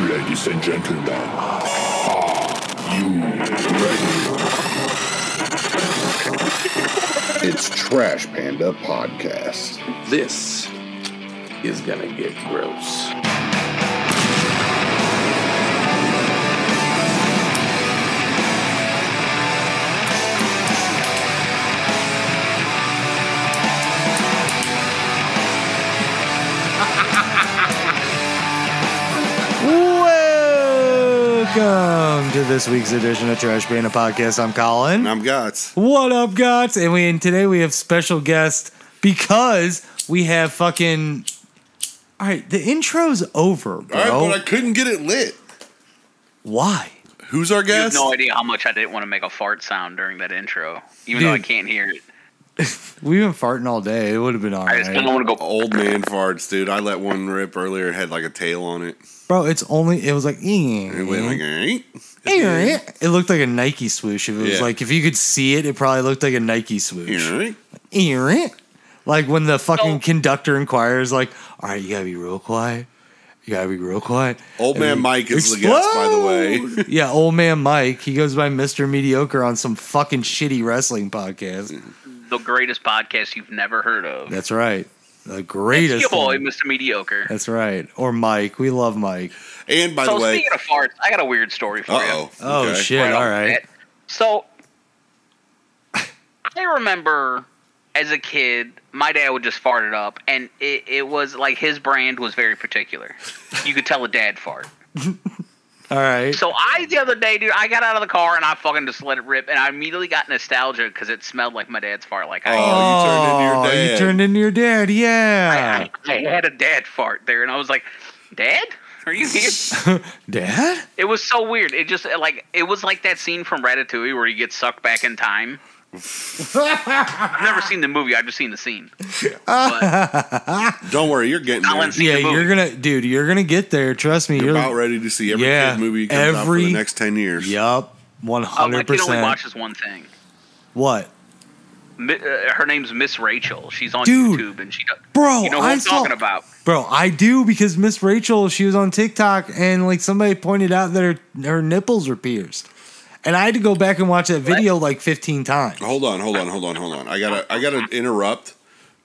Ladies and gentlemen, are you ready? It's Trash Panda Podcast. This is gonna get gross. Welcome to this week's edition of Trash Panda Podcast. I'm Colin. I'm Guts. What up, guys? And we and today we have special guest because we have fucking. All right, the intro's over, bro. All right, but I couldn't get it lit. Why? Who's our You have guest? no idea how much I didn't want to make a fart sound during that intro, even though I Dude. can't hear it. We've been farting all day. It would have been all I just kind of right, want to go. Old man farts, dude. I let one rip earlier. It had like a tail on it. bro. It's only it was like. It went like, "Eh." Mm-hmm. Eh. It looked like a Nike swoosh. If it was Yeah. like if you could see it, it probably looked like a Nike swoosh. Eh. Eh. Like when the fucking No. conductor inquires, like, all right, you gotta be real quiet. You gotta be real quiet. Old man Mike is the Explode! guest, by the way. yeah, old man Mike. He goes by Mr. Mediocre on some fucking shitty wrestling podcast. The greatest podcast you've never heard of. That's right. The It's greatest. your boy, one. Mr. Mediocre. That's right. Or Mike. We love Mike. And by so the way, speaking of farts, I got a weird story for uh you. oh. Oh shit. Right All off right. the bat. So I remember as a kid, my dad would just fart it up, and it, it was like his brand was very particular. You could tell a dad fart. All right. So I the other day, dude, I got out of the car and I fucking just let it rip, and I immediately got nostalgia because it smelled like my dad's fart. Like I, Oh, you turned into your Oh, dad. you turned into your dad. Yeah. I, I had a dad fart there, and I was like, "Dad, are you here?" Dad? it was so weird. It just like it was like that scene from Ratatouille where he gets sucked back in time. I've never seen the movie. I've just seen the scene. But Don't worry, you're getting there. Colin's- See Yeah, the movie. you're gonna dude, you're gonna get there. Trust me. You're You're, about ready to see every Yeah, kid movie comes out for every- the next 10 years. Yup. One uh, my hundred kid only percent. watches one thing. What? Mi- uh, her name's Miss Rachel. She's on Dude. YouTube, and she does. Bro, you know who I am saw- talking about. Bro, I do because Miss Rachel, she was on TikTok and like somebody pointed out that her, her nipples are pierced. And I had to go back and watch that video like 15 times. Hold on, hold on, hold on, hold on. I gotta, I gotta interrupt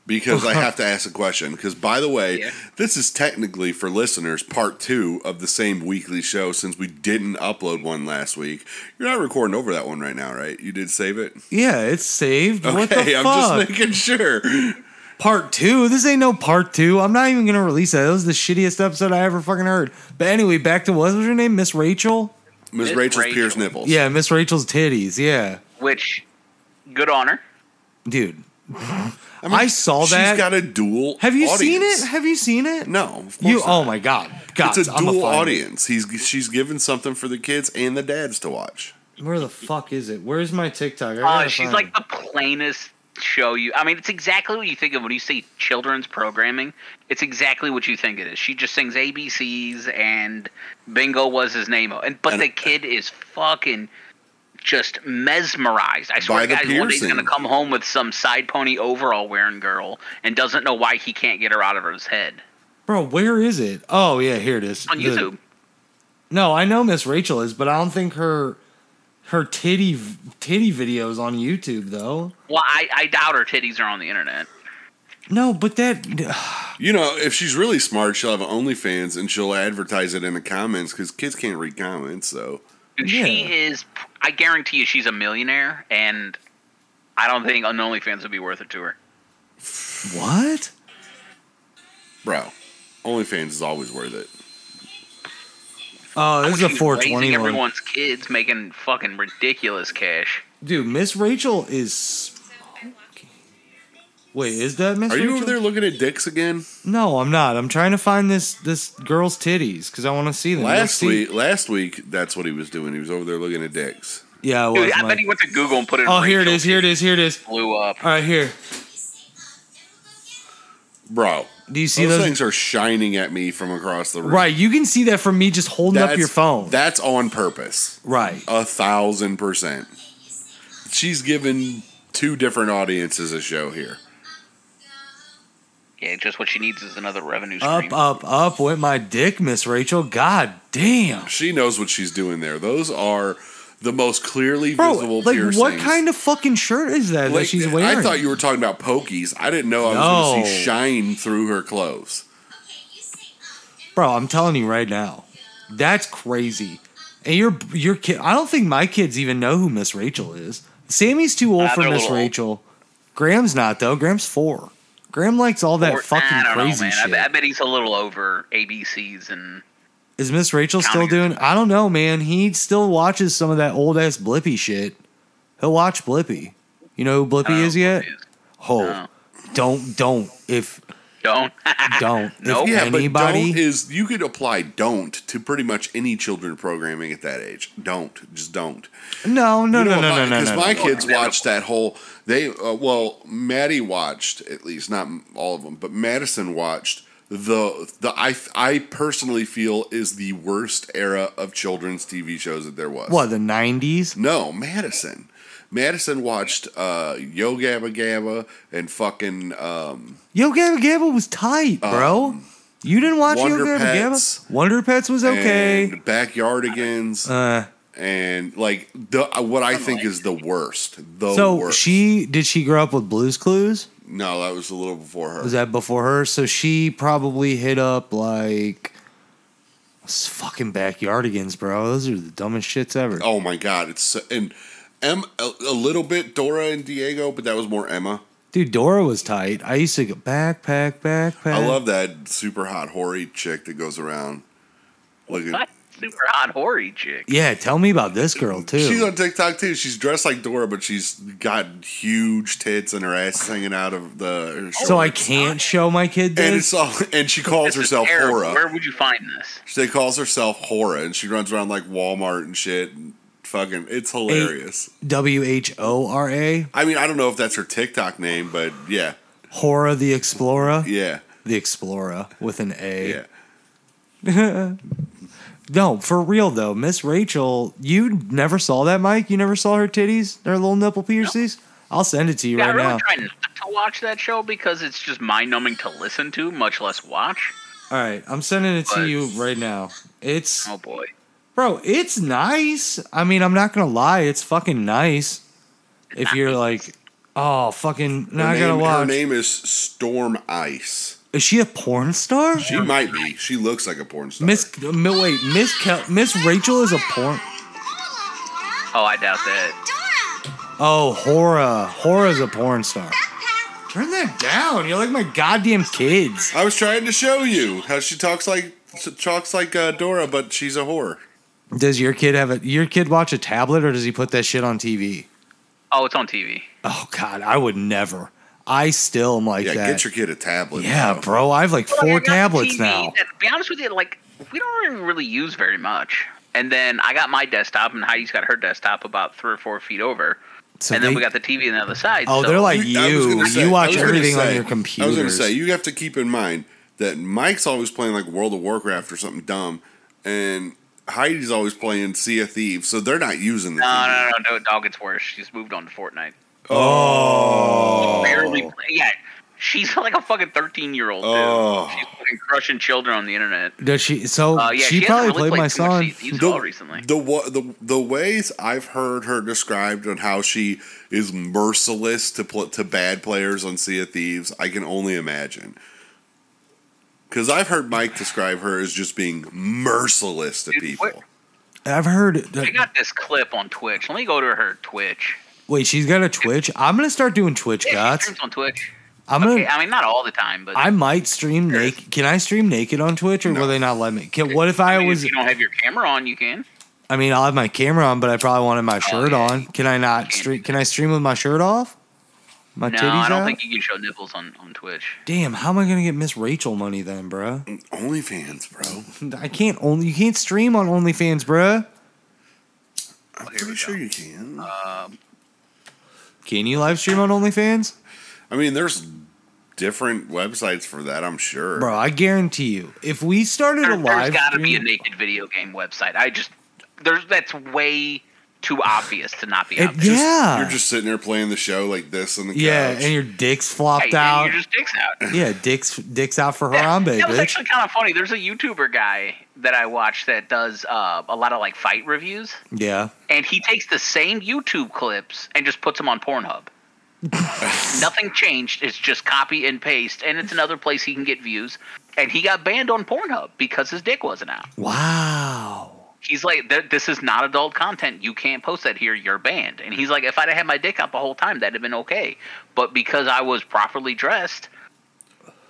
because I have to ask a question. Because by the way, Yeah. this is technically for listeners part two of the same weekly show since we didn't upload one last week. You're not recording over that one right now, right? You did save it. Yeah, it's saved. Okay, what the fuck? I'm just making sure. part 2. This ain't no part 2. I'm not even going to release that. That was the shittiest episode I ever fucking heard. But anyway, back to what was her name? Miss Rachel? Miss Miss Rachel's Rachel. Pierce nipples. Yeah, Miss Rachel's titties. Yeah. Which, good on her. Dude. I saw she's that. got a dual. Have you seen audience. it? Have you seen it? No, of course You not. Oh my god. God, It's a I'm dual find it. audience. He's she's given something for the kids and the dads to watch. Where the fuck is it? Where's my TikTok? I Uh, gotta she's find like it. the plainest show you. I mean, it's exactly what you think of when you say children's programming. It's exactly what you think it is. She just sings ABCs and Bingo was his name. And but And- the kid is fucking just mesmerized. I By swear, to the guys, one day he's piercing. gonna come home with some side pony overall wearing girl and doesn't know why he can't get her out of his head Bro, where is it? Oh yeah, here it is. on The- YouTube. no, I know Miss Rachel is, but I don't think her her titty titty videos on YouTube though. Well, I, I doubt her titties are on the internet. No, but that You know, if she's really smart, she'll have OnlyFans and she'll advertise it in the comments because kids can't read comments. So Dude, Yeah. She is. I guarantee you, she's a millionaire, and I don't think an OnlyFans would be worth it to her. what? bro. OnlyFans is always worth it. Oh, this is a She's 420 raising one. Everyone's kids making fucking ridiculous cash. Dude, Miss Rachel is. Wait, is that Miss Are you Rachel? over there looking at dicks again? No, I'm not. I'm trying to find this this girl's titties because I want to see them. Let's Last see- week, last week, that's what he was doing. He was over there looking at dicks. Yeah, it was Dude, I Mike. bet he went to Google and put it. Oh, here it is. Here it is. Here it is. Blew up. All right, here. Bro, Do you see those, those? things are shining at me from across the room. Right, you can see that from me just holding That's, up your phone. That's on purpose. right. A thousand percent. She's given two different audiences a show here. Yeah, just what she needs is another revenue Up, stream. up, up went my dick, Miss Rachel. God damn. She knows what she's doing there. Those are the most clearly Bro, visible like piercings. what kind of fucking shirt is that that Like, she's wearing? I thought you were talking about pokies. I didn't know I was going No. to see shine through her clothes. Bro, I'm telling you right now, that's crazy. And your your kid, I don't think my kids even know who Miss Rachel is. Sammy's too old Nah, for they're a Miss little old. Rachel. Graham's not though. Graham's four. Graham likes all that Or- fucking I don't know, crazy man. I shit. bet- I, bet he's a little over ABCs and is Miss Rachel still Counting doing? I don't know, man. He still watches some of that old ass Blippy shit. He'll watch Blippy. You know who Blippy I don't know is who yet? it is. Oh, No. don't don't if Don't. don't Nope. if Yeah, anybody but don't is you could apply don't to pretty much any children programming at that age. Don't just don't. no no You no know, no my- no no no. Because my no. kids no. watched that whole. They uh, well, Maddie watched at least not all of them, but Madison watched the the I I personally feel is the worst era of children's TV shows that there was. what the nineties? No, Madison. Madison watched uh, Yo Gabba Gabba and fucking um, Yo Gabba Gabba was tight, bro. you didn't watch Wonder Yo Gabba Pets. Gabba? Wonder Pets was okay. and Backyardigans uh, and like the what I think is the worst. The so worst. she did she grow up with Blues Clues? no, that was a little before her. Was that before her? So she probably hit up like s- fucking backyardigans, bro. Those are the dumbest shits ever. Oh my god, it's so, and Em a, a little bit Dora and Diego, but that was more Emma. Dude, Dora was tight. I used to go backpack, backpack. I love that super hot hoary chick that goes around. Looking, What? Super hot hoary chick. Yeah, tell me about this girl too. she's on TikTok too. She's dressed like Dora, but she's got huge tits and her ass hanging out of the. Oh. Her so I shorts. can't show my kid And this. it's all, and she calls This is herself terrible. Hora. Where would you find this? She calls herself Hora, and she runs around like Walmart and shit. And fucking, it's hilarious. W H O R A. I mean, I don't know if that's her TikTok name, but yeah, Hora the Explorer. yeah, The Explorer with an A. yeah. No, for real though, Miss Rachel, you never saw that, Mike. You never saw her titties, her little nipple piercings. I'll send it to you Yeah, I right really now. try not to watch that show because it's just mind numbing to listen to, much less watch. All right, I'm sending it to But- you right now. It's Oh boy. bro, it's nice. I mean, I'm not gonna lie, it's fucking nice. If you're like, oh fucking, now Her I gotta name- Her watch. name is Storm Ice. Is she a porn star? She might be. She looks like a porn star. Miss, mi- wait, Miss Kel- Miss Rachel is a porn. Oh, I doubt that. Dora! Oh, Hora, Hora's a porn star. Turn that down. You're like my goddamn kids. I was trying to show you how she talks like she talks like uh, Dora, but she's a whore. Does your kid have a your kid watch a tablet or does he put that shit on TV? Oh, it's on TV. Oh God, I would never. I still am like Yeah, that. get your kid a tablet. yeah, now. bro. I have like Well, four I got the tablets TV now. That, to be honest with you, like we don't even really use very much. And then I got my desktop, and Heidi's got her desktop about three or four feet over. So and then they- we got the TV on the other side. Oh, so they're like I was you. gonna say- you I was watch gonna everything say- on your computer. I was gonna say you have to keep in mind that Mike's always playing like World of Warcraft or something dumb, and Heidi's always playing Sea of Thieves, so they're not using the. no, TV. no, no, no, dog. It's worse. She's moved on to Fortnite. Oh, barely. Play. Yeah, she's like a fucking thirteen-year-old dude. Oh. She's fucking crushing children on the internet. Does she? So Uh, yeah, she, she, probably hasn't really played my too much son. Sea of Thieves The- at all recently. The, wa- the the ways I've heard her described on how she is merciless to pl- to bad players on Sea of Thieves, I can only imagine. Because I've heard Mike describe her as just being merciless to Dude, people. what- I've heard. I got this clip on Twitch. Let me go to her Twitch. wait, she's got a Twitch. I'm gonna start doing Twitch Yeah, she cuts. streams on Twitch. I'm gonna. Okay, I mean not all the time, but I might stream naked. Can I stream naked on Twitch, or will they not let me? Can, what if I, I mean, was? if you don't have your camera on, you can. I mean, I'll have my camera on, but I probably wanted my shirt Oh, yeah. on. Can I not stream? Can I stream with my shirt off? My No, titties I don't out. think you can show nipples on, on Twitch. Damn, how am I gonna get Miss Rachel money then, bruh? OnlyFans, bro. I can't only you can't stream on OnlyFans, bruh. I'm here pretty we Um, sure you can. Can you live stream on OnlyFans, I mean, there's different websites for that. I'm sure. bro? I guarantee you, if we started There, a has live got to be a stream, naked video game website. I just there's that's way too obvious to not be It- obvious. yeah. You're just sitting there playing the show like this on the couch. yeah, and your dick's flopped Hey, and out. you just dicks out. yeah, dick's dick's out for Yeah, Harambe, that was bitch. actually kind of funny. There's a YouTuber guy that I watch that does uh, a lot of like fight reviews, yeah. and he takes the same YouTube clips and just puts them on Pornhub. Nothing changed. It's just copy and paste, and it's another place he can get views. And he got banned on Pornhub because his dick wasn't out. Wow. He's like, "Th- "This is not adult content. You can't post that here. You're banned." And he's like, "If I'd have had my dick out the whole time, that'd have been okay. But because I was properly dressed,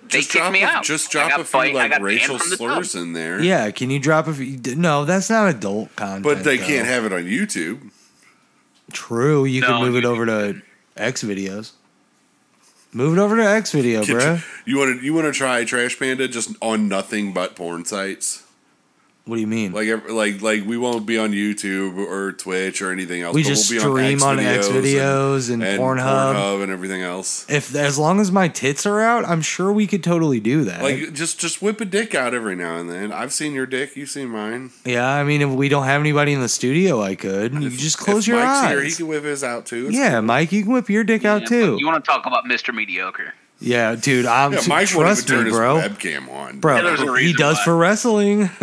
they just kicked drop me a, out. Just I drop got a fight- I few like got banned racial from the tub. slurs in there. Yeah, can you drop a few? No, that's not adult content. But they though. can't have it on YouTube. True, you No, can move it you over to X videos. Move it over to X video, Can bro. you- You want to you want to try Trash Panda just on nothing but porn sites? What do you mean? Like ev- like like we won't be on YouTube or Twitch or anything else. we but just we'll be stream on X videos and, and, and Pornhub. Pornhub and everything else. If as long as my tits are out, I'm sure we could totally do that. Like just just whip a dick out every now and then. I've seen your dick. You've seen mine. yeah, I mean, if we don't have anybody in the studio, I could. You just close If your Mike's eyes. Here, he can whip his out too. It's- yeah, Mike, you can whip your dick out Yeah, too. but You want to talk about Mr. Mediocre? yeah, dude, I'm yeah. Mike would have trust me, turned his bro. webcam on. Yeah, there's a Bro, he reason does why. for wrestling.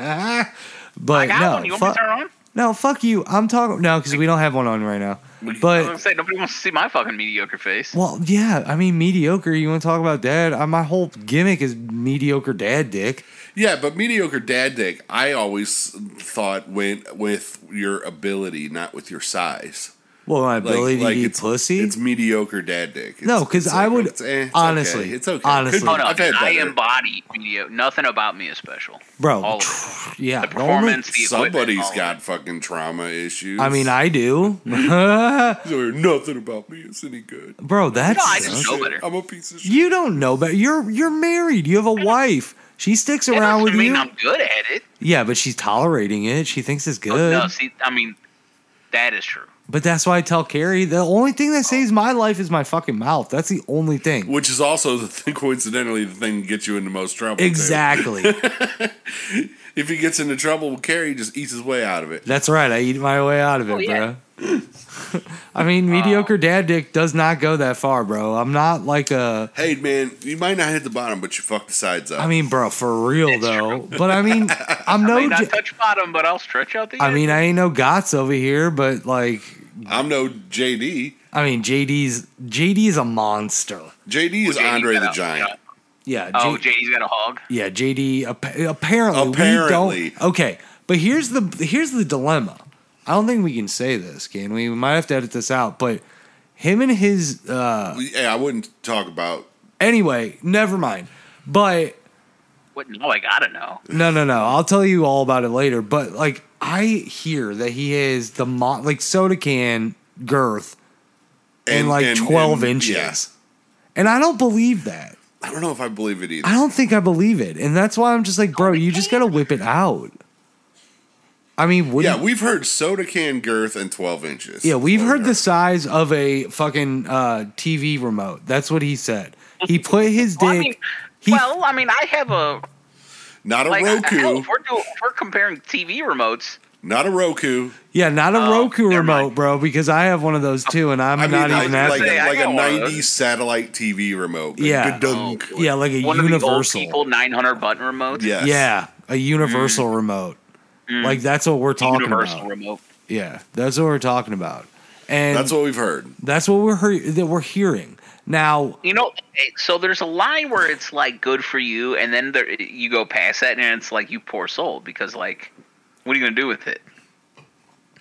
but I got no, one. You want me fuck, to turn it on? no, fuck you. I'm talking no because we don't have one on right now. I was gonna But say nobody wants to see my fucking mediocre face. well, yeah, I mean mediocre. You want to talk about dad? I, my whole gimmick is mediocre dad dick. Yeah, but mediocre dad dick, I always thought went with your ability, not with your size. Well, my Like- ability like to eat it's, pussy. It's mediocre dad dick. It's- No, 'cause it's I would- it's, eh, it's honestly, okay. it's okay. honestly. Could- oh no, I've had I better. embody mediocre. Nothing about me is special. Bro, all of yeah, The the only- performance, the equipment, all Somebody's of got fucking trauma issues. I mean, I do, There- nothing about me is any good. bro. That's Mm-hmm. No, I just Shit, know better. I'm a piece of shit. you don't know, but you're you're married. You have a wife. She sticks That around doesn't with mean you. I'm Oh, good at it. Yeah, but she's tolerating it. She thinks it's good. No, see, I mean, that is true. But that's why I tell Carrie the only thing Oh. that saves my life is my fucking mouth. That's the only thing. Which is also the thing, coincidentally, the thing that gets you into most trouble. too. Exactly. If he gets into trouble, Carrie just eats his way out of it. that's right. I eat my way out of it, Oh, yeah. Oh. bro. I mean, mediocre dad dick does not go that far, bro. I'm not like a. Hey, man, you might not hit the bottom, but you fuck the sides up. I mean, bro, for real though. But I mean, I'm I no. may not Oh, j- touch bottom, but I'll stretch out the. I edge. mean, I ain't no gots over here, but like, I'm no JD. I mean, JD's JD is a monster. JD is JD Andre got the a- Giant. Yeah. Oh, J- JD's got a hog. Yeah, JD. Ap- apparently, we Apparently. don't. Okay, but here's the here's the dilemma. I don't think we can say this, can we? We might have to edit this out. But him and his uh, Yeah, I wouldn't talk about. anyway, never mind. But What? No, I gotta know. no, no, no. I'll tell you all about it later. But like, I hear that he is the mo- like soda can girth in like and- twelve and- inches, yeah. and I don't believe that. I don't know if I believe it either. I don't think I believe it, and that's why I'm just like, bro, you just gotta whip it out. I mean, would Yeah, we've heard soda can girth and 12 inches. Yeah, we've heard the this. size of a fucking uh, TV remote. That's what he said. He put his dick. Well, I mean, he, well, I mean, I have a Not a like. hell, Roku. if we're doing, if we're comparing TV remotes. Not a Roku. yeah, not a Oh, Roku never remote, mind. bro, because I have one of those too, and I'm I mean, not like, even like, asking. a- Hey, I Oh. like a got one of 90s satellite TV remote. Like, Yeah. ba-dunk. yeah, like a one universal. of the old people 900 button remotes. Yes. Yeah, a universal remote. Like that's what we're talking Mm. universal about. remote. Yeah, that's what we're talking about, and That's what we've heard. that's what we're hear- that we're hearing now. You know, eh, so there's a line where it's like good for you, and then there, eh, you go past that, and it's like you poor soul because like, what are you gonna do with it?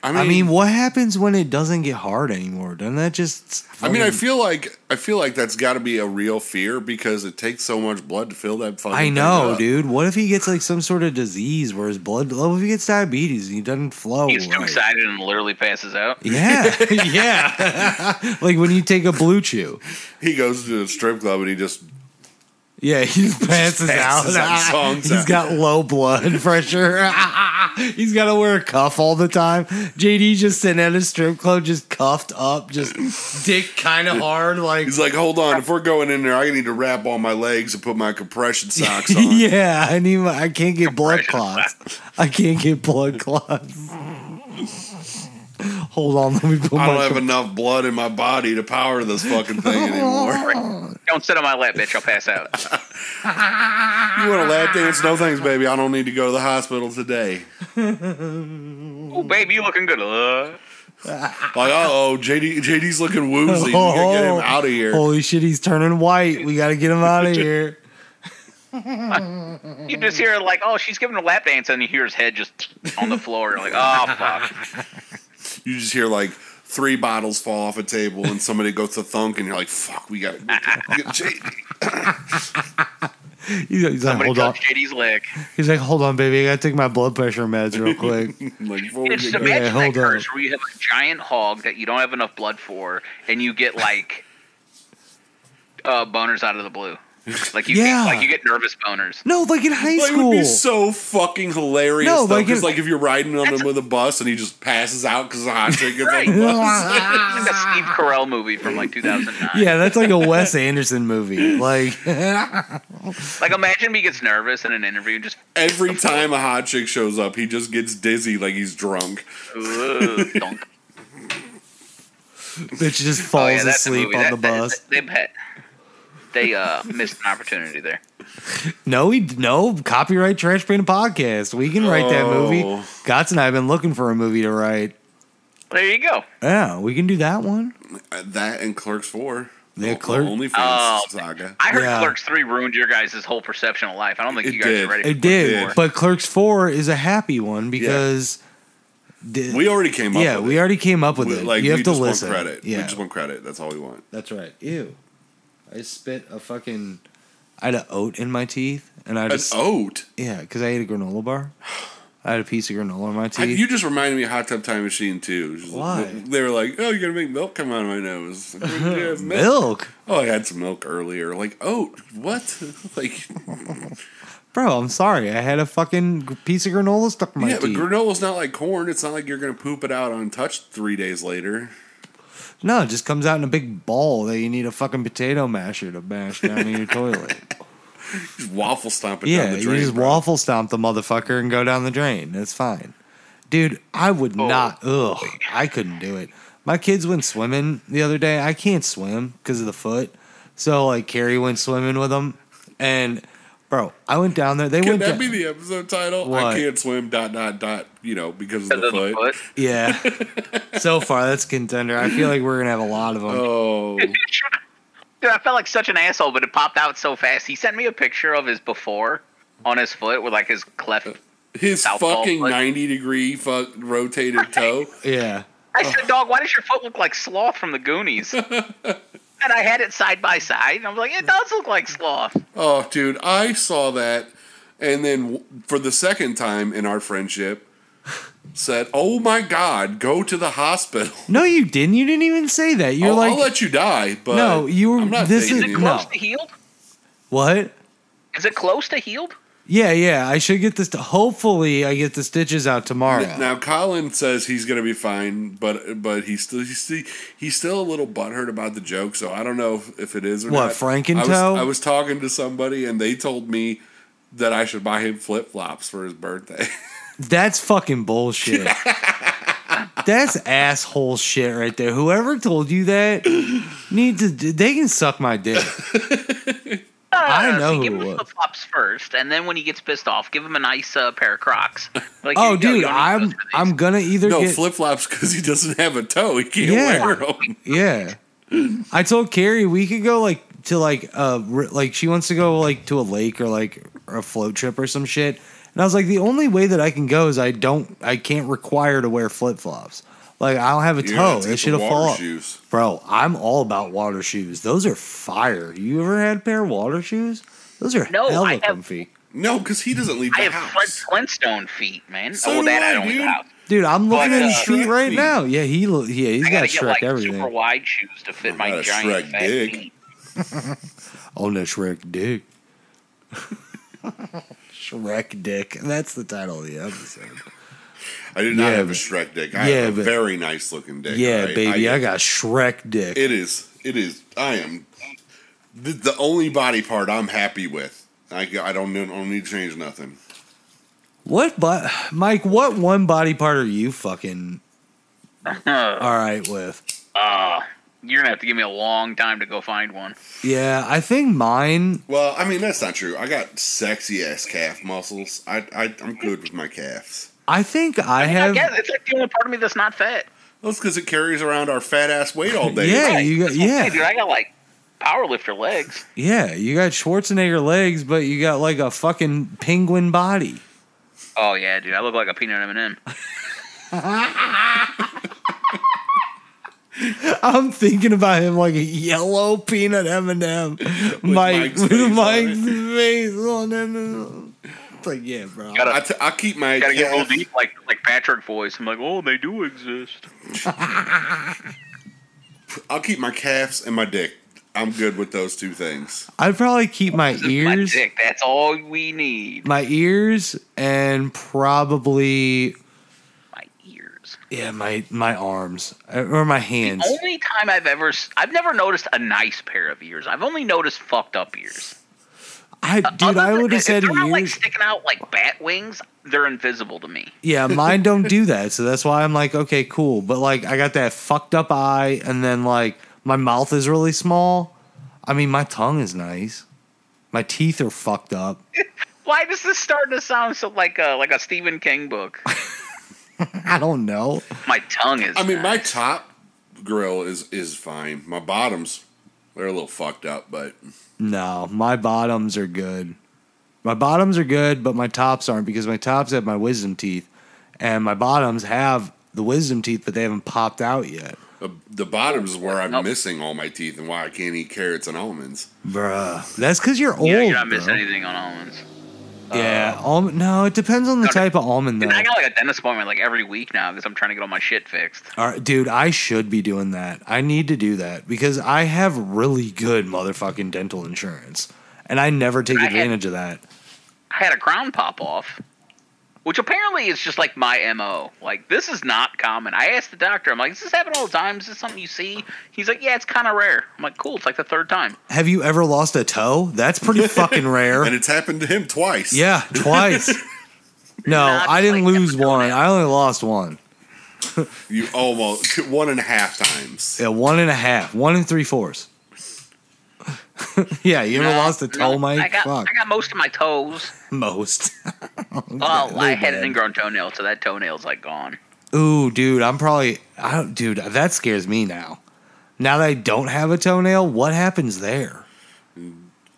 I mean, I mean, what happens when it doesn't get hard anymore? Doesn't that just? I mean, I fucking- feel like I feel like that's got to be a real fear because it takes so much blood to fill that fucking. I thing know, up. dude. What if he gets like some sort of disease where his blood? What if he gets diabetes and he doesn't flow? He gets too Oh, right? excited and literally passes out. Yeah, yeah. like when you take a blue chew. He goes to the strip club and he just Yeah, he passes, passes out, out. songs He's out. got low blood pressure. He's got to wear a cuff all the time. JD just sitting at a strip club, just cuffed up, just dick kind of hard, like. he's like, hold on, if we're going in there, I need to wrap all my legs and put my compression socks on. yeah, I need. My, I can't get blood Compression. clots. I can't get blood clots. Hold on, let me put I don't my. have enough blood in my body to power this fucking thing anymore. Don't sit on my lap, bitch. I'll pass out. You want a lap dance? No thanks, baby. I don't need to go to the hospital today. oh, baby, you looking good. Uh, Like, uh oh, JD, JD's looking woozy. We gotta get him out of here. Holy shit, he's turning white. We got to get him out of here. you just hear like, oh, she's giving a lap dance, and you hear his head just on the floor. You're like, oh fuck. You just hear like three bottles fall off a table and somebody goes to thunk, and you're like, fuck, we gotta get JD. He's, he's like, Somebody hold on. touched JD's leg. He's like, hold on, baby. I got to take my blood pressure meds real quick. Like, before we It's just get imagine Yeah, that hold on. curse where you have a giant hog that you don't have enough blood for, and you get like uh, boners out of the blue. Like you, Yeah. get, like you get nervous boners. no, like in high Like, it school. would be so fucking hilarious. No, No, like, like, it- like if you're riding on him with a bus and he just passes out because the hot chick gets on the bus. It's like a Steve Carell movie from like 2009. yeah, that's like a Wes Anderson movie. Like, Like imagine me gets nervous in an interview and just Every time a hot chick shows up, he just gets dizzy like he's drunk. "Ugh," dunk. bitch just Oh, falls asleep on That- the that- bus. they bet they uh, missed an opportunity there. No, we no copyright trash painting podcast. We can write that movie. Oh. Gotz and I have been looking for a movie to write. There you go. Yeah, we can do that one. Uh, That and Clerks 4. Yeah, O- Clerk- OnlyFans Oh. saga. I heard Yeah. Clerks Three ruined your guys' whole perception of life. I don't think It you guys did. are ready. For It did, did. but Clerks Four is a happy one because di- We already came up yeah, with we it. already came up with We- it. Like, you have we to just listen. want credit. Yeah, We just want credit. That's all we want. that's right. Ew, I spit a fucking. I had an oat in my teeth, and I An just oat. yeah, because I ate a granola bar. I had a piece of granola in my I- teeth. you just reminded me of Hot Tub Time Machine too. It was just like- Why? They were like, "Oh, you're gonna make milk come out of my nose." Like, "Where did you have milk? Milk, Oh, I had some milk earlier. Like, oh, what? like, bro. I'm sorry. I had a fucking g- piece of granola stuck in my yeah, but teeth. granola's not like corn. It's not like you're gonna poop it out untouched three days later. No, it just comes out in a big ball that you need a fucking potato masher to mash down in your toilet. Just waffle stomp it down Yeah, the you drain. just bro. waffle stomp the motherfucker and go down the drain. That's fine. Dude, I would Oh. not. Ugh, I couldn't do it. My kids went swimming the other day. I can't swim because of the foot. So, like, Carrie went swimming with them. And, bro, I went down there. They Can went that down. be the episode title? What? I can't swim. Dot dot dot. You know, because of the, Because of the foot. foot. yeah. so far, that's contender. I feel like we're going to have a lot of them. Oh, Dude, I felt like such an asshole, but it popped out so fast. He sent me a picture of his before on his foot with like his cleft. his Southpaw fucking foot. ninety degree fuck rotated toe. Yeah. I said, "Dog, why does your foot look like Sloth from the Goonies?" and I had it side by side, and I'm like, "It does look like Sloth." Oh, dude, I saw that, and then w- for the second time in our friendship, said, "Oh my God, go to the hospital. No, you didn't. You didn't even say that. You're Oh, I'll, like. I'll let you die." But No, you were- I'm not this dating is- Is it you. close No. to healed? what? Is it close to healed? Yeah, yeah. I should get this. Hopefully, I get the stitches out tomorrow. Now Colin says he's gonna be fine, but but he's still he's still, he's still a little butthurt about the joke. So I don't know if, if it is or What, not. Frankentoe? I was, I was talking to somebody and they told me that I should buy him flip flops for his birthday. That's fucking bullshit. That's asshole shit right there. Whoever told you that need to. They can suck my dick. No, no, no, I no. know Uh, See, give who it him was. flip flops first, and then when he gets pissed off, give him a nice uh, pair of Crocs. Like, Oh, "Here you go, you dude, don't need I'm those for these." I'm gonna either no get flip flops because he doesn't have a toe. He can't Yeah. wear them. yeah. I told Carrie we could go like to like uh r- like she wants to go like to a lake or like or a float trip or some shit. And I was like, the only way that I can go is I don't I can't require to wear flip flops. Like I'll have a You toe. gotta take It should the have water fallen. shoes. Bro, I'm all about water shoes. Those are fire. You ever had a pair of water shoes? Those are No, hella I have- comfy. No, because he doesn't leave I the have Fred house. Flintstone feet, man. So oh, do that I, I don't dude. even have. Dude, I'm looking But, at his uh, feet Shrek right feet. now. Yeah, he lo- yeah, he's I got gotta get Shrek like super everything. wide shoes to fit my got a giant Shrek fat dick. feet. on the Oh, Shrek dick. Shrek dick. That's the title of the episode. I do not Yeah, have a but- Shrek dick. I yeah, have a but- very nice looking dick. yeah, alright? baby, I, get- got Shrek dick. It is. It is. I am the, the only body part I'm happy with. I, I don't, need- don't need to change nothing. what but Mike, what one body part are you fucking all right with. You're gonna have to give me a long time to go find one. Yeah, I think mine. Well, I mean that's not true. I got sexy ass calf muscles. I, I I'm good with my calves. I think I, I, mean, I have. guess it's like the only part of me that's not fat. That's because it carries around our fat ass weight all day. Yeah, you got That's what I'm saying, yeah, dude. I got like powerlifter legs. yeah. You got Schwarzenegger legs, but you got like a fucking penguin body. Oh yeah, dude. I look like a peanut M and m I'm thinking about him like a yellow peanut M&M. Mike Mike's with face on Mike's it. face on it. It's like, yeah, bro. Gotta, I, t- I keep my gotta get real calf, deep, like like Patrick voice. I'm like, oh, they do exist. I'll keep my calves and my dick. I'm good with those two things. I'd probably keep my My ears, dick. That's all we need. my ears, and probably My ears. yeah, my my arms uh, or my hands. Only time I've ever, s- I've never noticed a nice pair of ears. I've only noticed fucked up ears. I dude, Other I than- would have if said they're not, like ears. sticking out like bat wings. They're invisible to me. Yeah, mine don't do that, so that's why I'm like, okay, cool. But like, I got that fucked up eye, and then like my mouth is really small. I mean, my tongue is nice. My teeth are fucked up. Why does this start to sound so like a like a Stephen King book? I don't know. My tongue is. I mean, my nice. top grill is is fine. My bottoms, they're a little fucked up, but No, my bottoms are good. My bottoms are good, but my tops aren't because my tops have my wisdom teeth, and my bottoms have the wisdom teeth, but they haven't popped out yet. the, the bottoms is where I'm Nope. missing all my teeth and why I can't eat carrots and almonds. Bruh, that's because you're old. Yeah, you're not missing bro. anything on almonds. Yeah, almond. No, it depends on the no, type of almond though. And I got like a dentist appointment like every week now because I'm trying to get all my shit fixed. All right, dude, I should be doing that. I need to do that because I have really good motherfucking dental insurance, and I never take I had- advantage of that. I had a crown pop off, which apparently is just like my MO. Like, this is not common. I asked the doctor, I'm like, does this happen all the time? Is this something you see? He's like, yeah, it's kind of rare. I'm like, cool, it's like the third time. Have you ever lost a toe? That's pretty fucking rare. And it's happened to him twice. Yeah, twice. no, Not I didn't like lose that. one. I only lost one. You almost one and a half times. Yeah, one and a half. One and three fourths. yeah, you ever lost a toe, No, Mike? I got, Oh Fuck. I got most of my toes. Most. Oh, I had an bad. ingrown toenail, so that toenail's like gone. Ooh, dude, I'm probably. I don't, dude, that scares me now. Now that I don't have a toenail, what happens there?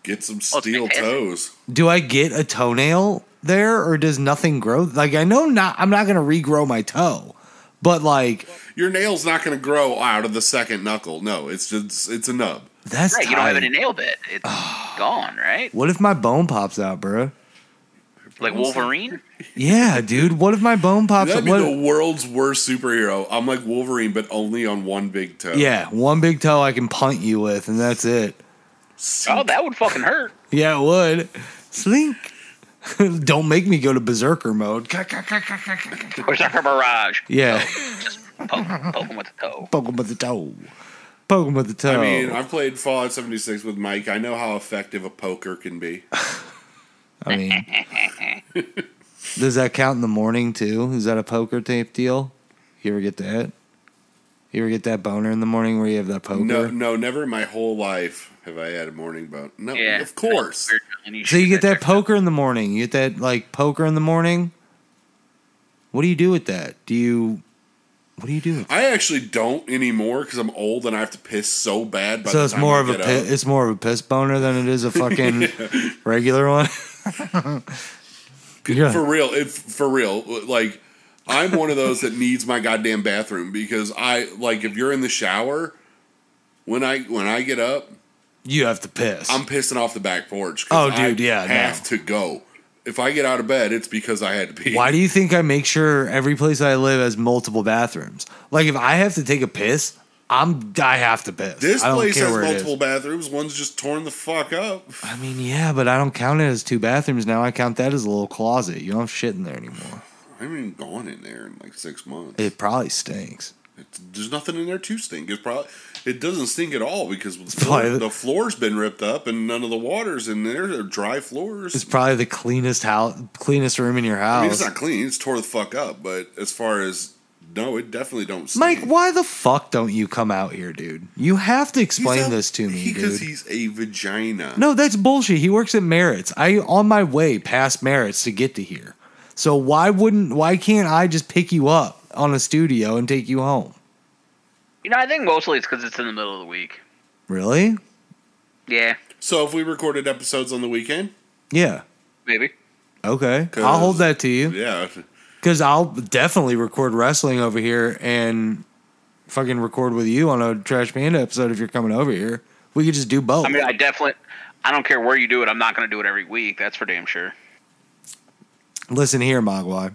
Get some it's steel fantastic. toes. Do I get a toenail there, or does nothing grow? Like I know not. I'm not gonna regrow my toe, but like Your nail's not going to grow out of the second knuckle. No, it's just it's a nub. that's Right, you don't have tight. any nail bit. It's gone, right? What if my bone pops out, bruh? Like Wolverine? Yeah, dude. What if my bone pops? That'd up? be What, the world's worst superhero. I'm like Wolverine, but only on one big toe. yeah, one big toe I can punt you with, and that's it. Oh, that would fucking hurt. Yeah, it would. Slink. Don't make me go to berserker mode. Berserker Barrage. Yeah, Poke, poke him with the toe. poke him with the toe. Poke him with the toe. I mean, I've played Fallout 76 with Mike. I know how effective a poker can be. I mean, does that count in the morning too? Is that a poker tape deal? You ever get that? You ever get that boner in the morning where you have that poker? No, no, never in my whole life have I had a morning bone. No, Yeah. of course. And So you get that checked out. poker in the morning. You get that like poker in the morning. What do you do with that? Do you? What do you do? With I actually don't anymore because I'm old and I have to piss so bad. By so the it's time more I of a get pi- up. it's more of a piss boner than it is a fucking regular one. Yeah. For real, it, for real. Like, I'm one of those that needs my goddamn bathroom because I like if you're in the shower. When I when I get up, you have to piss. I'm pissing off the back porch. 'cause Oh, dude, I yeah, have no. to go. If I get out of bed, it's because I had to pee. Why do you think I make sure every place I live has multiple bathrooms? Like if I have to take a piss, I'm I have to piss. this I don't place care has where it is. multiple bathrooms. One's just torn the fuck up. I mean, yeah, but I don't count it as two bathrooms now. I count that as a little closet. You don't have shit in there anymore. I haven't even gone in there in like six months. It probably stinks. It's, there's nothing in there to stink. It's probably it doesn't stink at all because the, probably- floor, the floor's been ripped up and none of the water's in there. They're dry floors. It's probably the cleanest house, cleanest room in your I mean, house. it's not clean. It's tore the fuck up. But as far as No, it definitely don't. Mike, stink. why the fuck don't you come out here, dude? You have to He's explain a- this to me, he- dude. he's a vagina. No, that's bullshit. He works at Merritt's. I on my way past Merritt's to get to here. So why wouldn't why can't I just pick you up on a studio and take you home? You know, I think mostly it's because it's in the middle of the week. Really? Yeah, So if we recorded episodes on the weekend, Yeah. maybe. Okay. I'll hold that to you. yeah, Cuz I'll definitely record wrestling over here and fucking record with you on a Trash Panda episode if you're coming over here. We could just do both. I mean, I definitely. I don't care where you do it. I'm not going to do it every week. That's for damn sure. Listen here, Mogwai.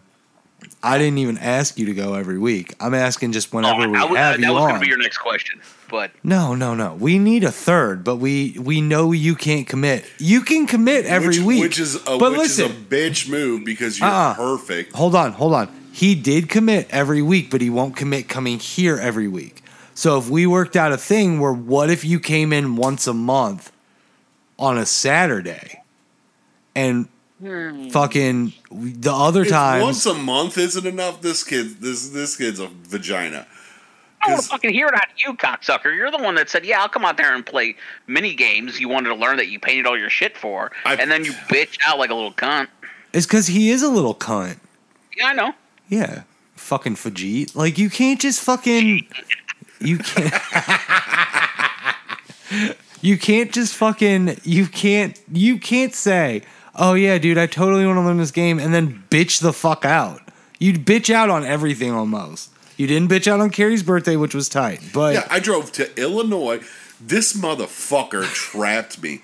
I didn't even ask you to go every week. I'm asking just whenever Oh, we I was- have you that was on. to be your next question, but No, no, no. We need a third, but we we know you can't commit. You can commit every which, week, which is a, but which listen, is a bitch move because you're Uh-uh. perfect. hold on, hold on. He did commit every week, but he won't commit coming here every week. So if we worked out a thing where what if you came in once a month on a Saturday, and Hmm. fucking the other If times once a month isn't enough. This kid, this this kid's a vagina. I don't want 'Cause- to fucking hear it out of you, cocksucker. You're the one that said, "Yeah, I'll come out there and play mini games." You wanted to learn that you painted all your shit for, I- and then you bitch out like a little cunt. it's because he is a little cunt. Yeah, I know. Yeah. Fucking Fajit. Like you can't just fucking you can't You can't just fucking you can't you can't say, "Oh yeah, dude, I totally want to learn this game" and then bitch the fuck out. You'd bitch out on everything almost. You didn't bitch out on Carrie's birthday, which was tight. But Yeah, I drove to Illinois. This motherfucker trapped me.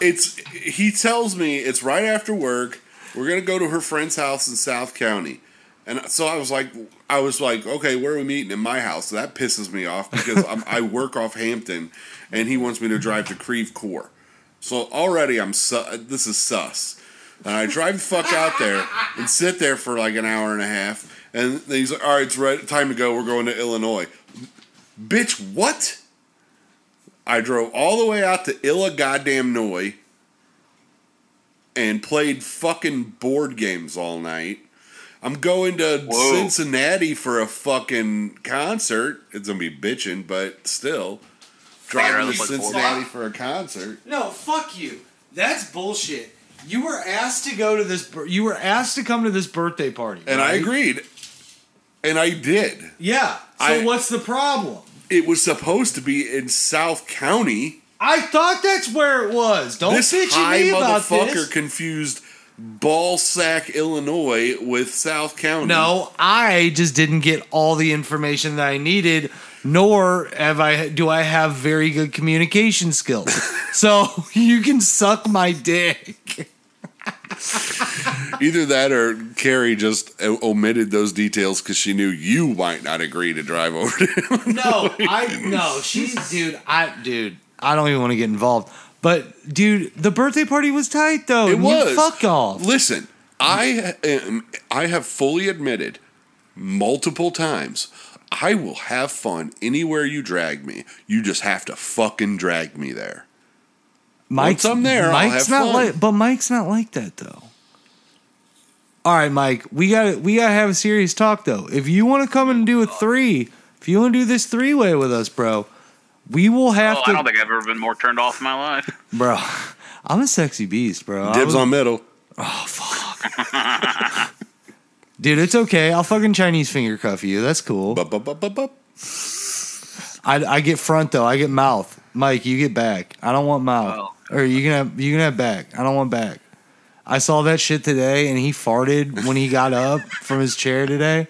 It's he tells me it's right after work. We're gonna go to her friend's house in South County, and so I was like, I was like, okay, where are we meeting? In my house. So that pisses me off because I'm, I work off Hampton, and he wants me to drive to Creve Coeur. So already I'm su- this is sus. And I drive the fuck out there and sit there for like an hour and a half. And then he's like, all right, it's right, time to go. We're going to Illinois. Bitch, what? I drove all the way out to Illa goddamn Noy and played fucking board games all night. I'm going to Whoa. Cincinnati for a fucking concert. It's gonna be bitching, but still. Driving rather to play board. Cincinnati for a concert. No, fuck you. That's bullshit. You were asked to go to this you were asked to come to this birthday party. And I agreed. And I did. Yeah. So I- what's the problem? It was supposed to be in South County. I thought that's where it was. Don't this bitch at high Oh, me about motherfucker this. confused Ballsack, Illinois with South County. No, I just didn't get all the information that I needed, nor have I do I have very good communication skills. so you can suck my dick. Either that or Carrie just o- omitted those details because she knew you might not agree to drive over to him. No, I no, she's dude, I dude, I don't even want to get involved. But dude, the birthday party was tight though. It and was. You fuck off. Listen, I am, I have fully admitted multiple times I will have fun anywhere you drag me. You just have to fucking drag me there. Mike's I'm there, I'll Mike's have not fun. like, but Mike's not like that though. All right, Mike, we got to we got to have a serious talk though. If you want to come and do a three, if you want to do this three way with us, bro, we will have Oh, to, I don't think I've ever been more turned off in my life. bro. I'm a sexy beast, bro. I Dibs was- on middle. dude. It's okay. I'll fucking Chinese finger cuff you. That's cool. Bup, bup, bup, bup, bup. I, I get front though. I get mouth. Mike, you get back. I don't want mouth. Or you can have you can have back. I don't want back. I saw that shit today, and he farted when he got up from his chair today,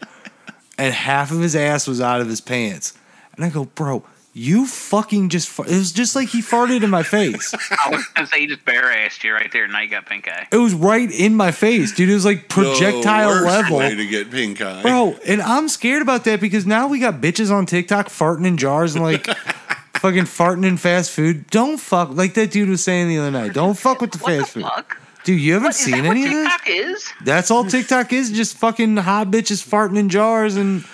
and half of his ass was out of his pants. And I go, bro, you fucking just. Fart. It was just like he farted in my face. I was going to say you just bare assed you right there, and now you got pink eye. It was right in my face, dude. It was like projectile The worst level. way to get pink eye. Bro, and I'm scared about that because now we got bitches on TikTok farting in jars and like fucking farting in fast food. Don't fuck like that dude was saying the other night. Don't fuck with the What the fast food. fuck? Dude, you haven't What, is that seen what any of this? TikTok is? That's all TikTok is just fucking hot bitches farting in jars and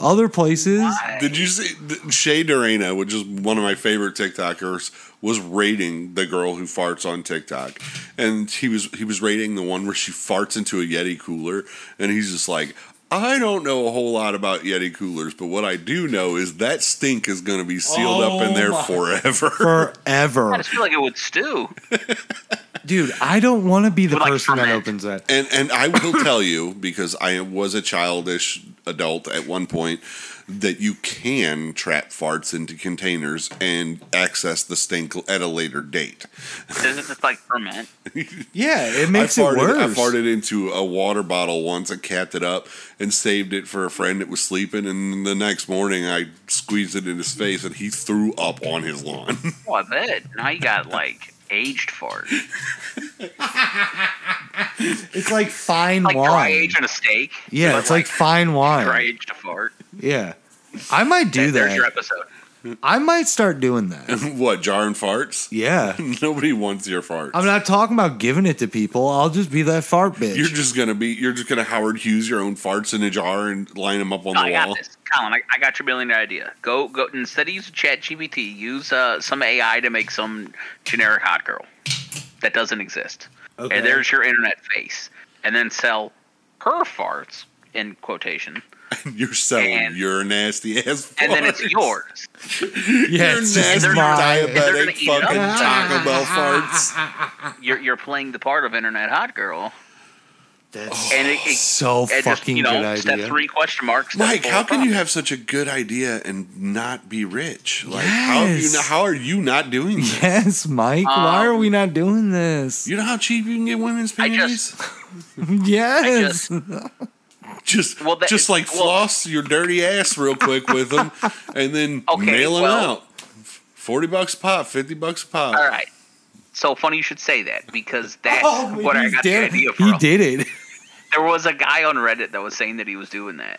other places. Did you see th- Shay Dorena, which is one of my favorite TikTokers, was rating the girl who farts on TikTok, and he was he was rating the one where she farts into a Yeti cooler, and he's just like, I don't know a whole lot about Yeti coolers, but what I do know is that stink is going to be sealed up in there forever. I forever, just feel like it would stew. dude. I don't want to be the Would, like, person that ferment. opens that. And and I will tell you because I was a childish adult at one point that you can trap farts into containers and access the stink at a later date. Isn't this like ferment? Yeah, it makes I it farted, worse. I farted into a water bottle once. I capped it up and saved it for a friend that was sleeping. And the next morning, I squeezed it in his face, and he threw up on his lawn. Oh, I bet. Now you got like aged fart. It's like fine Like wine. dry age on a steak. yeah, But, it's like, fine wine. dry aged to fart. Yeah, I might do And There's your that. episode. I might start doing that. what jar and farts? Yeah, Nobody wants your farts. I'm not talking about giving it to people. I'll just be that fart bitch. You're just gonna be. You're just gonna Howard Hughes your own farts in a jar and line them up on No, the Oh, I wall. got this, Colin. I, I got your millionaire idea. Go go instead of using ChatGPT, use uh, some AI to make some generic hot girl that doesn't exist. Okay. And there's your internet face, and then sell her farts in quotation, You're selling And- your nasty ass. Farts. and then it's yours. yeah, Your it's nasty just they're mine. not and they're diabetic gonna eat it up. fucking Taco Bell farts. You're you're playing the part of internet hot girl, That's and it, it so and fucking just you know good step idea. three question marks. Mike, how can you have such a good idea and not be rich? Like, how have you? Yes. Not, how are you not doing this? Yes, Mike. why are Um, we not doing this? You know how cheap you can get women's I panties? just- Just, yes. just, Well, that- like well- floss your dirty ass real quick with them, and then Okay, mail them well- out. Forty bucks a pop, fifty bucks a pop. All right. So funny you should say that because that's Oh, what I he got did- the idea from. He did it. There was a guy on Reddit that was saying that he was doing that.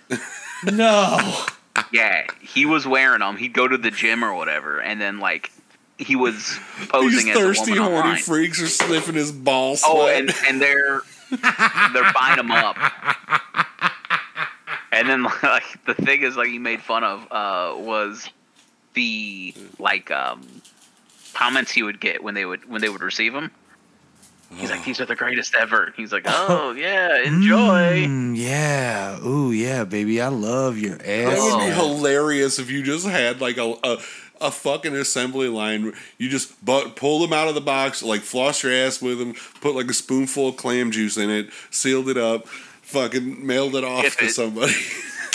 No. Yeah, he was wearing them. He'd go to the gym or whatever, and then like he was posing These as thirsty, a woman horny online. freaks are sniffing his ball sweat. oh, and and they're they're buying them up. And then like the thing is like he made fun of uh, was the like um, comments he would get when they would when they would receive them. He's Oh. like, these are the greatest ever. He's like, oh yeah, enjoy. Mm, yeah. Ooh, yeah, baby. I love your ass. That would be Oh. hilarious if you just had like a, a a fucking assembly line. where You just but pull them out of the box, like floss your ass with them, put like a spoonful of clam juice in it, sealed it up, fucking mailed it off If to it- somebody.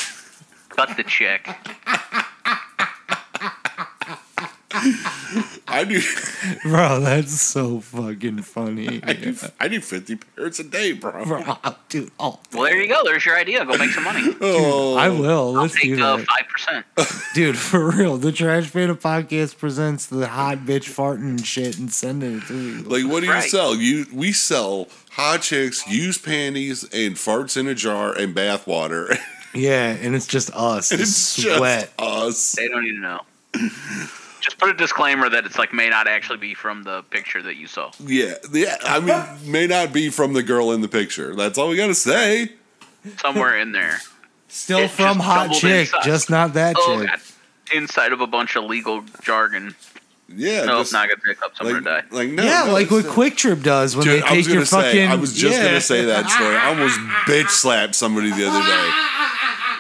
Cut the check. I do Bro, that's so fucking funny. I do I do fifty pairs a day, bro. Bro, I'll do all Well, there you go. There's your idea. Go make some money. Oh, I will. I'll Let's do take that. five percent. Dude, for real. The Trash Panda Podcast presents the hot bitch farting shit and sending it to people. Like what do you Right. sell? You we sell hot chicks, used panties, and farts in a jar and bath water. yeah, and it's just us. It's, It's sweat. just us. They don't need to know. Just put a disclaimer that it's like may not actually be from the picture that you saw. Yeah, yeah. I mean, may not be from the girl in the picture. That's all we gotta say. Somewhere in there. Still It from just hot doubled chick, inside. just not that Oh, chick. God. inside of a bunch of legal jargon. Oh, Yeah, No, just- it's not gonna pick up somewhere like, to die. like no, yeah, no, like it's what not. Quick Trip does when Dude, they I was take gonna your say, fucking. I was just Yeah. gonna say that story. I almost bitch slapped somebody the other day.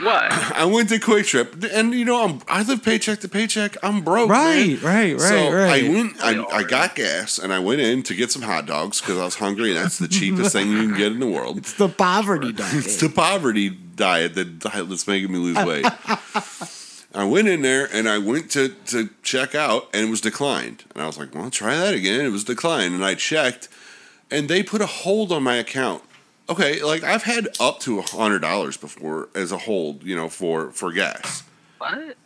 What? I went to Quick Trip, and you know, I'm I live paycheck to paycheck. I'm broke, man. Right, right, right, so right. I went, They I, are. I got gas, and I went in to get some hot dogs because I was hungry, and that's the cheapest thing you can get in the world. It's the poverty diet. It's the poverty diet that diet that's making me lose weight. I went in there and I went to, to check out and it was declined. And I was like, well, try that again. It was declined. And I checked and they put a hold on my account. Okay, like I've had up to $100 before as a hold, you know, for, for gas. What?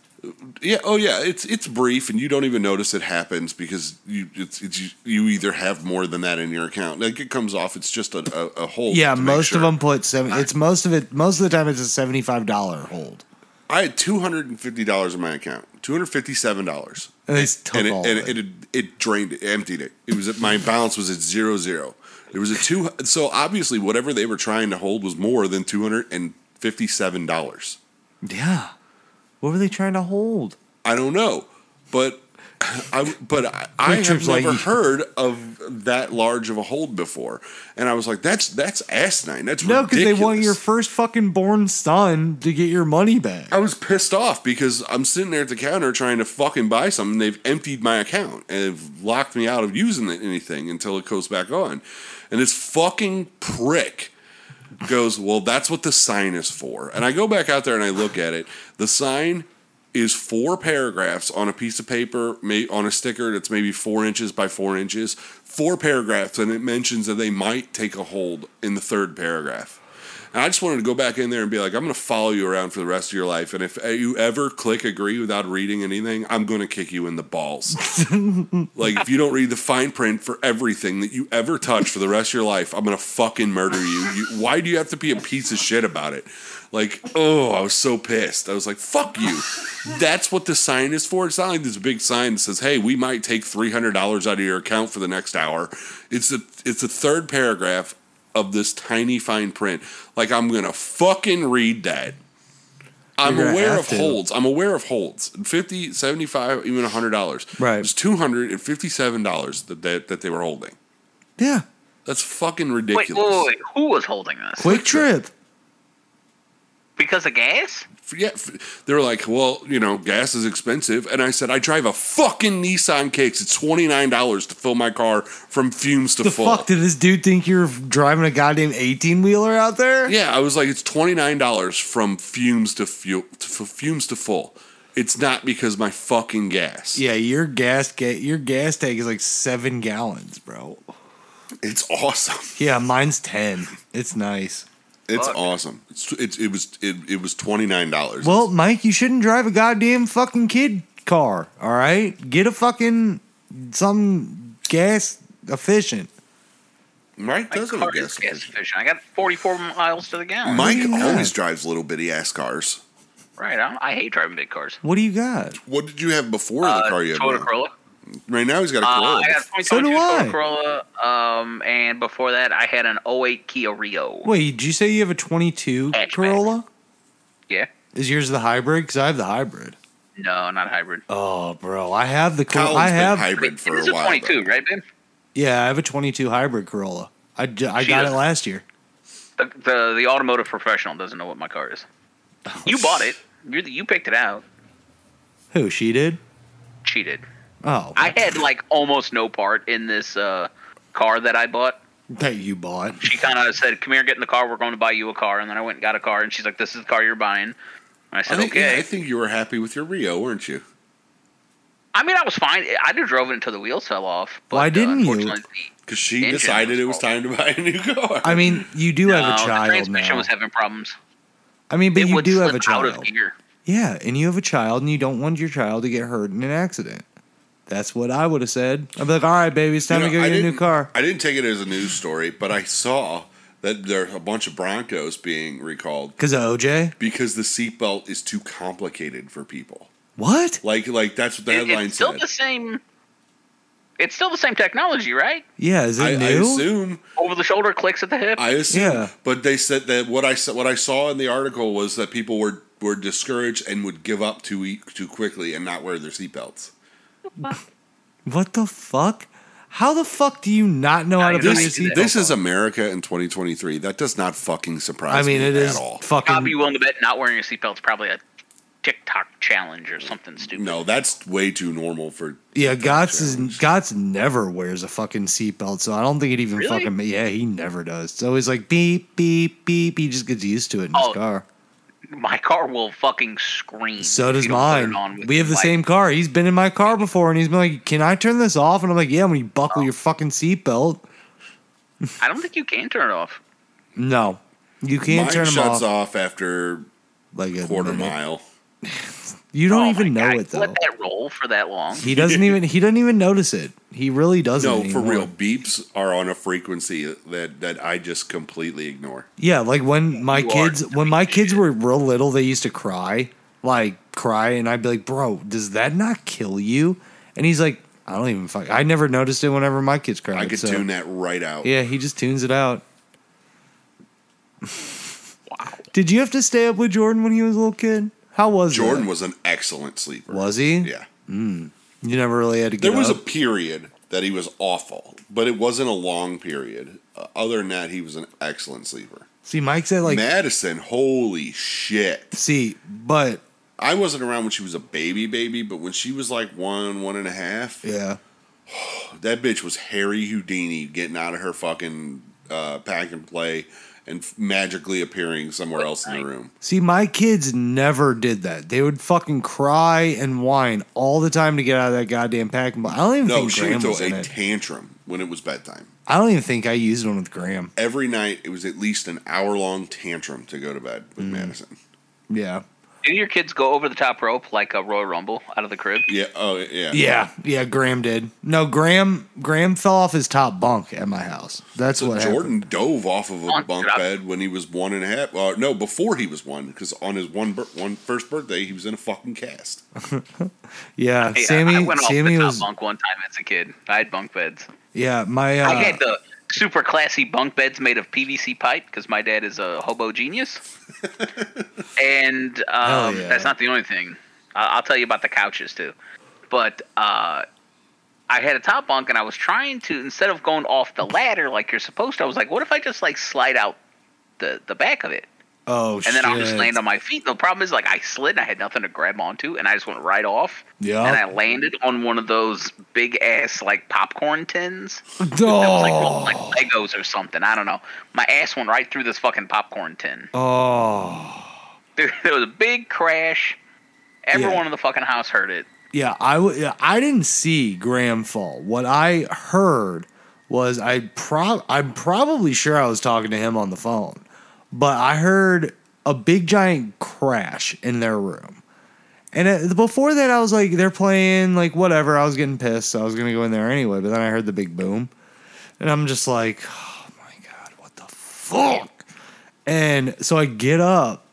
Yeah. Oh, yeah. It's it's brief, and you don't even notice it happens because you it's, it's you- you either have more than that in your account. Like it comes off. It's just a a, a hold. yeah, to make most sure. of them put seven. It's most of it. Most of the time, it's a seventy-five dollar hold, I had two hundred and fifty dollars in my account. Two hundred fifty-seven dollars, and they took and it all. and of it, it it drained, it emptied it. It was at, my balance was at zero zero. It was a two. So obviously, whatever they were trying to hold was more than two hundred and fifty-seven dollars. yeah. What were they trying to hold? I don't know, but I, but I, I Quick have Trip's like- never heard of that large of a hold before, and I was like, "That's that's asinine. That's No, because they want ridiculous. your first fucking born son to get your money back. I was pissed off because I'm sitting there at the counter trying to fucking buy something. They've emptied my account and have locked me out of using it- anything until it goes back on. And this fucking prick goes, Well, that's what the sign is for. And I go back out there and I look at it. The sign is four paragraphs on a piece of paper, may, on a sticker that's maybe four inches by four inches, four paragraphs, and it mentions that they might take a hold in the third paragraph. And I just wanted to go back in there and be like, I'm going to follow you around for the rest of your life. And if you ever click agree without reading anything, I'm going to kick you in the balls. like, if you don't read the fine print for everything that you ever touch for the rest of your life, I'm going to fucking murder you. you. Why do you have to be a piece of shit about it? Like, oh, I was so pissed. I was like, fuck you. That's what the sign is for. It's not like this big sign that says, hey, we might take $300 out of your account for the next hour. It's a, it's a third paragraph of this tiny fine print. Like I'm gonna fucking read that. I'm You're gonna aware have of to. holds. I'm aware of holds. 50, 75, even $100. Right. It's $257 that they, that they were holding. Yeah. That's fucking Wait, wait, ridiculous. wait, wait, who was holding this? Quick trip. Because of gas? F- Yeah, f- they were like, well, you know, gas is expensive. And I said, I drive a fucking Nissan Kicks. It's $29 to fill my car from fumes to The full. fuck did this dude think you're driving a goddamn 18 wheeler out there? Yeah, I was like, it's twenty nine dollars from fumes to, fu- to f- fumes to full. It's not because my fucking gas. Yeah, your gas ga- your gas tank is like seven gallons, bro. it's awesome. Yeah, mine's ten. It's nice. It's Fuck. awesome. It's, it's it was it, it was twenty nine dollars. Well, Mike, you shouldn't drive a goddamn fucking kid car. All right, get a fucking some gas efficient. Mike My doesn't car have is gas. gas efficient. I got 44 miles to the gallon. Mike do you got? always drives little bitty ass cars. right, I, I hate driving big cars. What do you got? What did you have before Uh, the car you have? Toyota now? Corolla. Right now he's got a Uh, Corolla. I got a So 2022 do I. Toyota Corolla, um, and before that, I had an 08 Kia Rio. Wait, did you say you have a 22 Hatchback. Corolla? Yeah. Is yours the hybrid? Because I have the hybrid. No, not hybrid. Oh, bro, I have the Cor- Colin's I have been hybrid for it is a while. though. 22, right, babe? yeah, I have a 22 hybrid Corolla. I, ju- I She got it doesn't. last year. The, the the automotive professional doesn't know what my car is. You bought it. You you picked it out. Who she did? Cheated. Oh, I had like almost no part in this uh, car that I bought. that you bought. She kind of said, "Come here, get in the car. We're going to buy you a car." And then I went and got a car, and she's like, "This is the car you're buying." And I I said, think, "Okay." yeah, I think you were happy with your Rio, weren't you? I mean, I was fine. I just drove it until the wheels fell off. But, Why uh, didn't you? unfortunately, Because she Engine decided was it was time to buy a new car. I mean, you do the- have uh, a the child transmission now. was having problems. I mean, but it you would do slip have a child. out of gear. yeah, and you have a child, and you don't want your child to get hurt in an accident. That's what I would have said. I'd be like, "All right, baby, it's time You know, to I go get a new didn't- car." I didn't take it as a news story, but I saw that there are a bunch of Broncos being recalled Because of OJ. because the seatbelt is too complicated for people. What? Like, like that's what the It- headline it's still said. the same. It's still the same technology, right? Yeah, is it I, I new? assume, Over the shoulder clicks at the hip. I assume, Yeah. but they said that what I saw, what I saw in the article was that people were were discouraged and would give up too e- too quickly and not wear their seatbelts. what the fuck? How the fuck do you not know how to you put don't your do seat? that. This is America in 2023. That does not fucking I surprise me. mean, it is at all. I'll be fucking. willing to bet not wearing a seatbelt's probably a TikTok challenge or something stupid. No, that's way too normal for Yeah, Gotts is Gotts never wears a fucking seatbelt, so I don't think it even Really? fucking. Yeah, he never does. It's always like beep beep beep. He just gets used to it in Oh, his car. My car will fucking scream. So if does you don't put it mine. on with We have the light. same car. He's been in my car before, and he's been like, "Can I turn this off?" And I'm like, "Yeah." When you Oh. buckle your fucking seatbelt, I don't think you can turn it off. no, you can't Mine turn them shuts off. off after Like a quarter minute. mile. You don't Oh even my know God, it you though. Let that roll for that long. He doesn't even. He doesn't even notice it. He really doesn't. No, for anymore. real. Beeps are on a frequency that that I just completely ignore. Yeah, like when my You are kids when my kids were real little, they used to cry, like cry, and I'd be like, "Bro, does that not kill you?" And he's like, "I don't even fuck. I never noticed it whenever my kids cried." I could so- tune that right out. Yeah, he just tunes it out. Did you have to stay up with Jordan when he was a little kid? How was Jordan that? was an excellent sleeper. Was he? Yeah. You never really had to get There was a up. period that he was awful, but it wasn't a long period. Uh, other than that, he was an excellent sleeper. see, Mike's at like Madison, holy shit! see, but I wasn't around when she was a baby, baby, but when she was like one, one and a half, yeah, that bitch was Harry Houdini getting out of her fucking uh, pack and play and f- magically appearing somewhere else in the room. see, my kids never did that. They would fucking cry and whine all the time to get out of that goddamn pack. and- I don't even No, think she would Graham throw was in a it. tantrum when it was bedtime. I don't even think I used one with Graham. Every night, it was at least an hour long tantrum to go to bed with Mm. Madison. Yeah, Did your kids go over the top rope like a Royal Rumble out of the crib? Yeah. Oh, yeah. yeah, yeah. Graham did. No, Graham. Graham fell off his top bunk at my house. That's what happened. Jordan dove off of a On bunk top. bed when he was one and a half. Uh, no, before he was one, because on his one bir- one first birthday, he was in a fucking cast. Yeah, Yeah, Sammy. I went off Sammy the top was. bunk one time as a kid. I had bunk beds. Yeah, my. Uh, I had the super classy bunk beds made of PVC pipe because my dad is a hobo genius. and um, yeah. that's not the only thing. I I'll tell you about the couches too. But uh, I had a top bunk and I was trying to instead of going off the ladder like you're supposed to, I was like, what if I just like slide out the the back of it? oh shit. and then I'll just land on my feet. The problem is, like, I slid and I had nothing to grab onto, and I just went right off. Yeah. And I landed on one of those big ass like popcorn tins, that was, like, Oh. like Legos or something. I don't know. My ass went right through this fucking popcorn tin. oh. There, there was a big crash. Everyone Yeah. in the fucking house heard it. Yeah, I w- yeah, I didn't see Graham fall. What I heard was I prob I'm probably sure I was talking to him on the phone, but I heard a big giant crash in their room. And uh before that, I was like, they're playing like whatever. I was getting pissed. So I was gonna go in there anyway. But then I heard the big boom, and I'm just like, oh my god, what the fuck? And so I get up,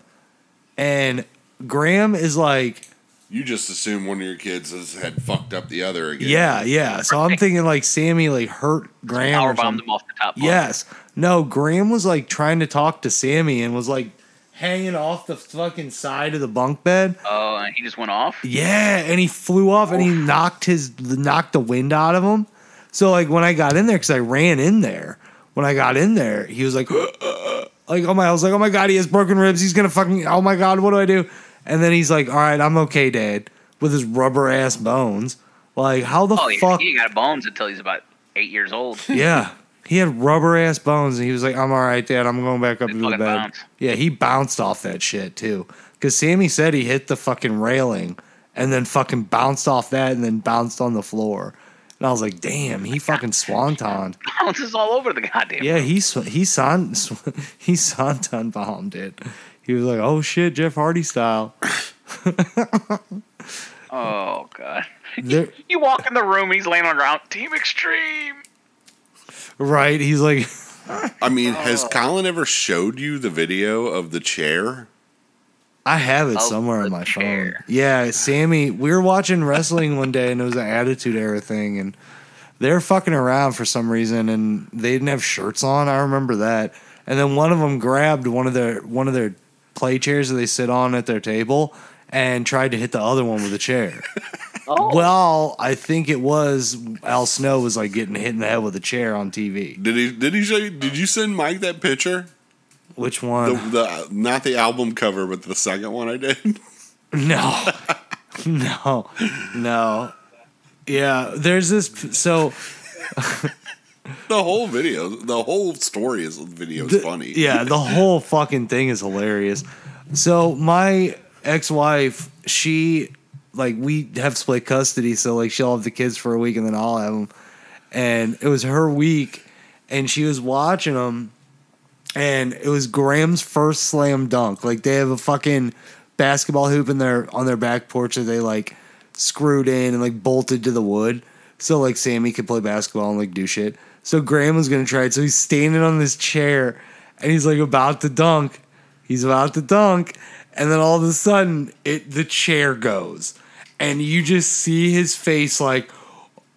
and Graham is like. You just assume one of your kids has had fucked up the other again. Yeah, yeah. So I'm thinking like Sammy like hurt Graham. Power Or bombed something. them off the top. bunk. Yes. No, Graham was like trying to talk to Sammy and was like hanging off the fucking side of the bunk bed. Oh, and he just went off. Yeah, and he flew off and he knocked his knocked the wind out of him. So like when I got in there, because I ran in there. When I got in there, he was like, like oh my, I was like oh my god, he has broken ribs. He's gonna fucking oh my god, what do I do? And then he's like, all right, I'm okay, Dad, with his rubber ass bones. Like how the Oh, yeah. fuck? He ain't got bones until he's about eight years old. Yeah. He had rubber ass bones and he was like, I'm all right, Dad. I'm going back up Did to the bed. fucking bounce. Yeah, he bounced off that shit too. Because Sammy said he hit the fucking railing and then fucking bounced off that and then bounced on the floor. And I was like, damn, he fucking swanton. Bounces all over the goddamn. Yeah, he sw- he son- sw- he santon bombed it. He was like, oh shit, Jeff Hardy style. Oh god. There- You walk in the room, he's laying on the ground. Team Extreme. right? He's like, I mean, has Colin ever showed you the video of the chair? I have it Of somewhere on the my chair. phone. Yeah, Sammy, we were watching wrestling one day and it was an Attitude Era thing and they're fucking around for some reason and they didn't have shirts on. I remember that. And then one of them grabbed one of their one of their play chairs that they sit on at their table and tried to hit the other one with a chair. Oh. Well, I think it was Al Snow was like getting hit in the head with a chair on TV. Did he? Did he show you? Did you send Mike that picture? Which The, one? the not the album cover, but the second one I did. No, no, no. Yeah, there's this. So the whole video, the whole story is video is The- funny. Yeah, the whole fucking thing is hilarious. So my ex-wife, she like we have split custody, so like she'll have the kids for a week and then I'll have them. And it was her week, and she was watching them, and it was Graham's first slam dunk. Like they have a fucking basketball hoop in their on their back porch that they like screwed in and like bolted to the wood. So like Sammy could play basketball and like do shit. So Graham was gonna try it. So he's standing on this chair and he's like about to dunk. He's about to dunk. And then all of a sudden it the chair goes. And you just see his face like,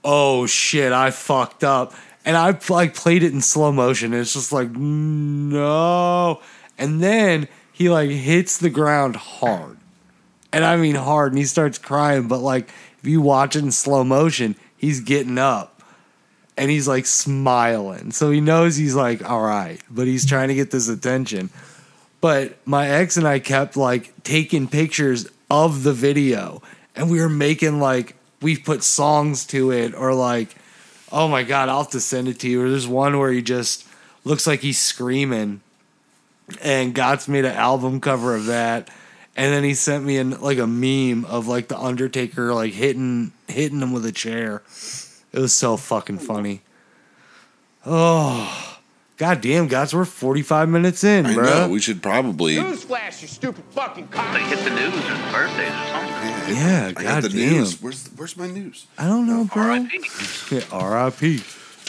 oh shit, I fucked up. And I like played it in slow motion. And it's just like, no. And then he like hits the ground hard. And I mean hard, and he starts crying, but like If you watch it in slow motion, he's getting up and he's like smiling. So he knows he's like, all right, but he's trying to get this attention. But my ex and I kept like taking pictures of the video and we were making like, we put songs to it or like, oh my God, I'll have to send it to you. Or there's one where he just looks like he's screaming and Gott's made an album cover of that. And then he sent me an, like a meme of like the Undertaker like hitting hitting him with a chair. It was so fucking funny. Oh, goddamn, guys, we're forty five minutes in, I know. bro. We should probably. Newsflash, you stupid fucking cock. They hit the news or the birthdays or something. I- Yeah, I got the goddamn. news. Where's where's my news? I don't know, bro. R.I.P. Yeah, R.I.P.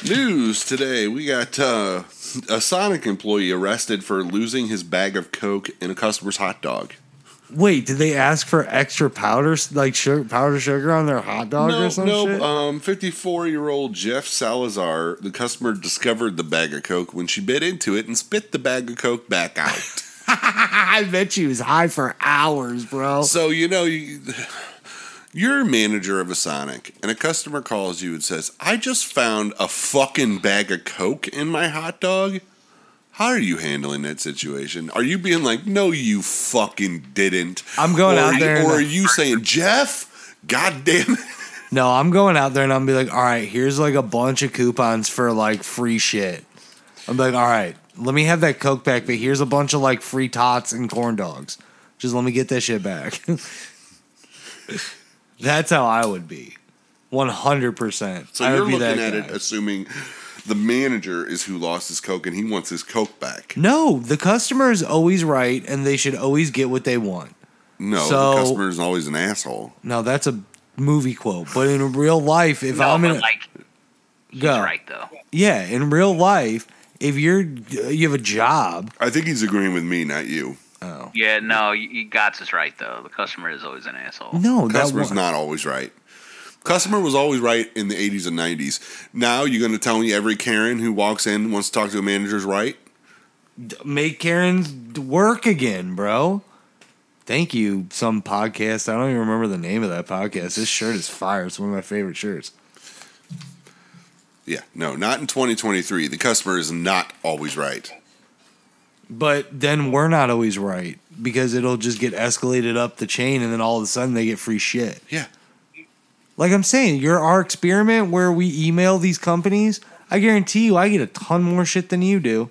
News today. We got uh, a Sonic employee arrested for losing his bag of Coke in a customer's hot dog. Wait, did they ask for extra powder, like sugar, powder sugar on their hot dog or some shit? Um, 54 year old Jeff Salazar, the customer discovered the bag of Coke when she bit into it and spit the bag of Coke back out. I bet she was high for hours, bro. so, you know, you, you're a manager of a Sonic, and a customer calls you and says, I just found a fucking bag of Coke in my hot dog. How are you handling that situation? Are you being like, no, you fucking didn't? I'm going Or- out there and- Or are you saying, Jeff, God damn it. No, I'm going out there and I'm be like, all right, here's like a bunch of coupons for like free shit. I'm like, all right, let me have that Coke back, but here's a bunch of like free tots and corn dogs. Just let me get that shit back. That's how I would be. 100%. So I you're would be looking that at guy. it assuming the manager is who lost his coke and he wants his coke back. No, the customer is always right and they should always get what they want. No, So- the customer is always an asshole. Now, that's a movie quote, but in real life, if No, I'm in but like, he's Go. right though. Yeah, in real life, if you're you have a job, I think he's agreeing with me, not you. Yeah, no, you, you got is right though. The customer is always an asshole. no, that Customer's was not always right. Customer was always right in the 80s and 90s. Now you're going to tell me every Karen who walks in and wants to talk to a manager's right? make Karen's work again, bro. Thank you, some podcast. I don't even remember the name of that podcast. This shirt is fire. It's one of my favorite shirts. Yeah, no, not in 2023. The customer is not always right. But then we're not always right because it'll just get escalated up the chain and then all of a sudden they get free shit. Yeah. Like I'm saying, you're our experiment where we email these companies. I guarantee you, I get a ton more shit than you do.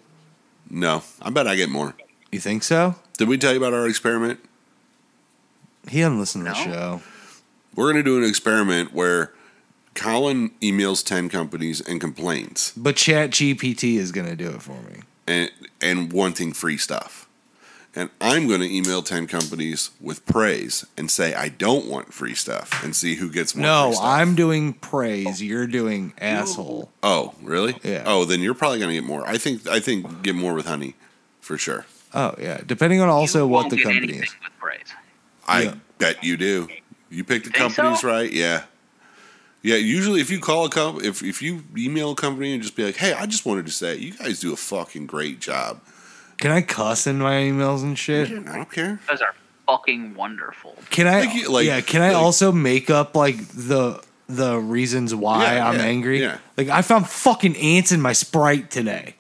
No, I bet I get more. You think so? Did we tell you about our experiment? He doesn't listen to the No. show. We're going to do an experiment where Colin emails 10 companies and complains But Chat GPT is gonna do it for me. and, and wanting free stuff. And I'm going to email 10 companies with praise and say, I don't want free stuff and see who gets more. No, free stuff. I'm doing praise. You're doing asshole. Oh, really? Yeah. Oh, then you're probably going to get more. I think, I think get more with honey for sure. Oh yeah, depending on also You what won't the get company anything is. With praise. I Yeah. bet you do. You pick the Think so? companies right. Yeah. Yeah, usually if you call a company, if, if you email a company and just be like, hey, I just wanted to say, you guys do a fucking great job. Can I cuss in my emails and shit? I don't care. Those are fucking wonderful. Can I? Like you- like- yeah. Can I like- also make up like the the reasons why Yeah, I'm yeah, angry? yeah. Like I found fucking ants in my sprite today.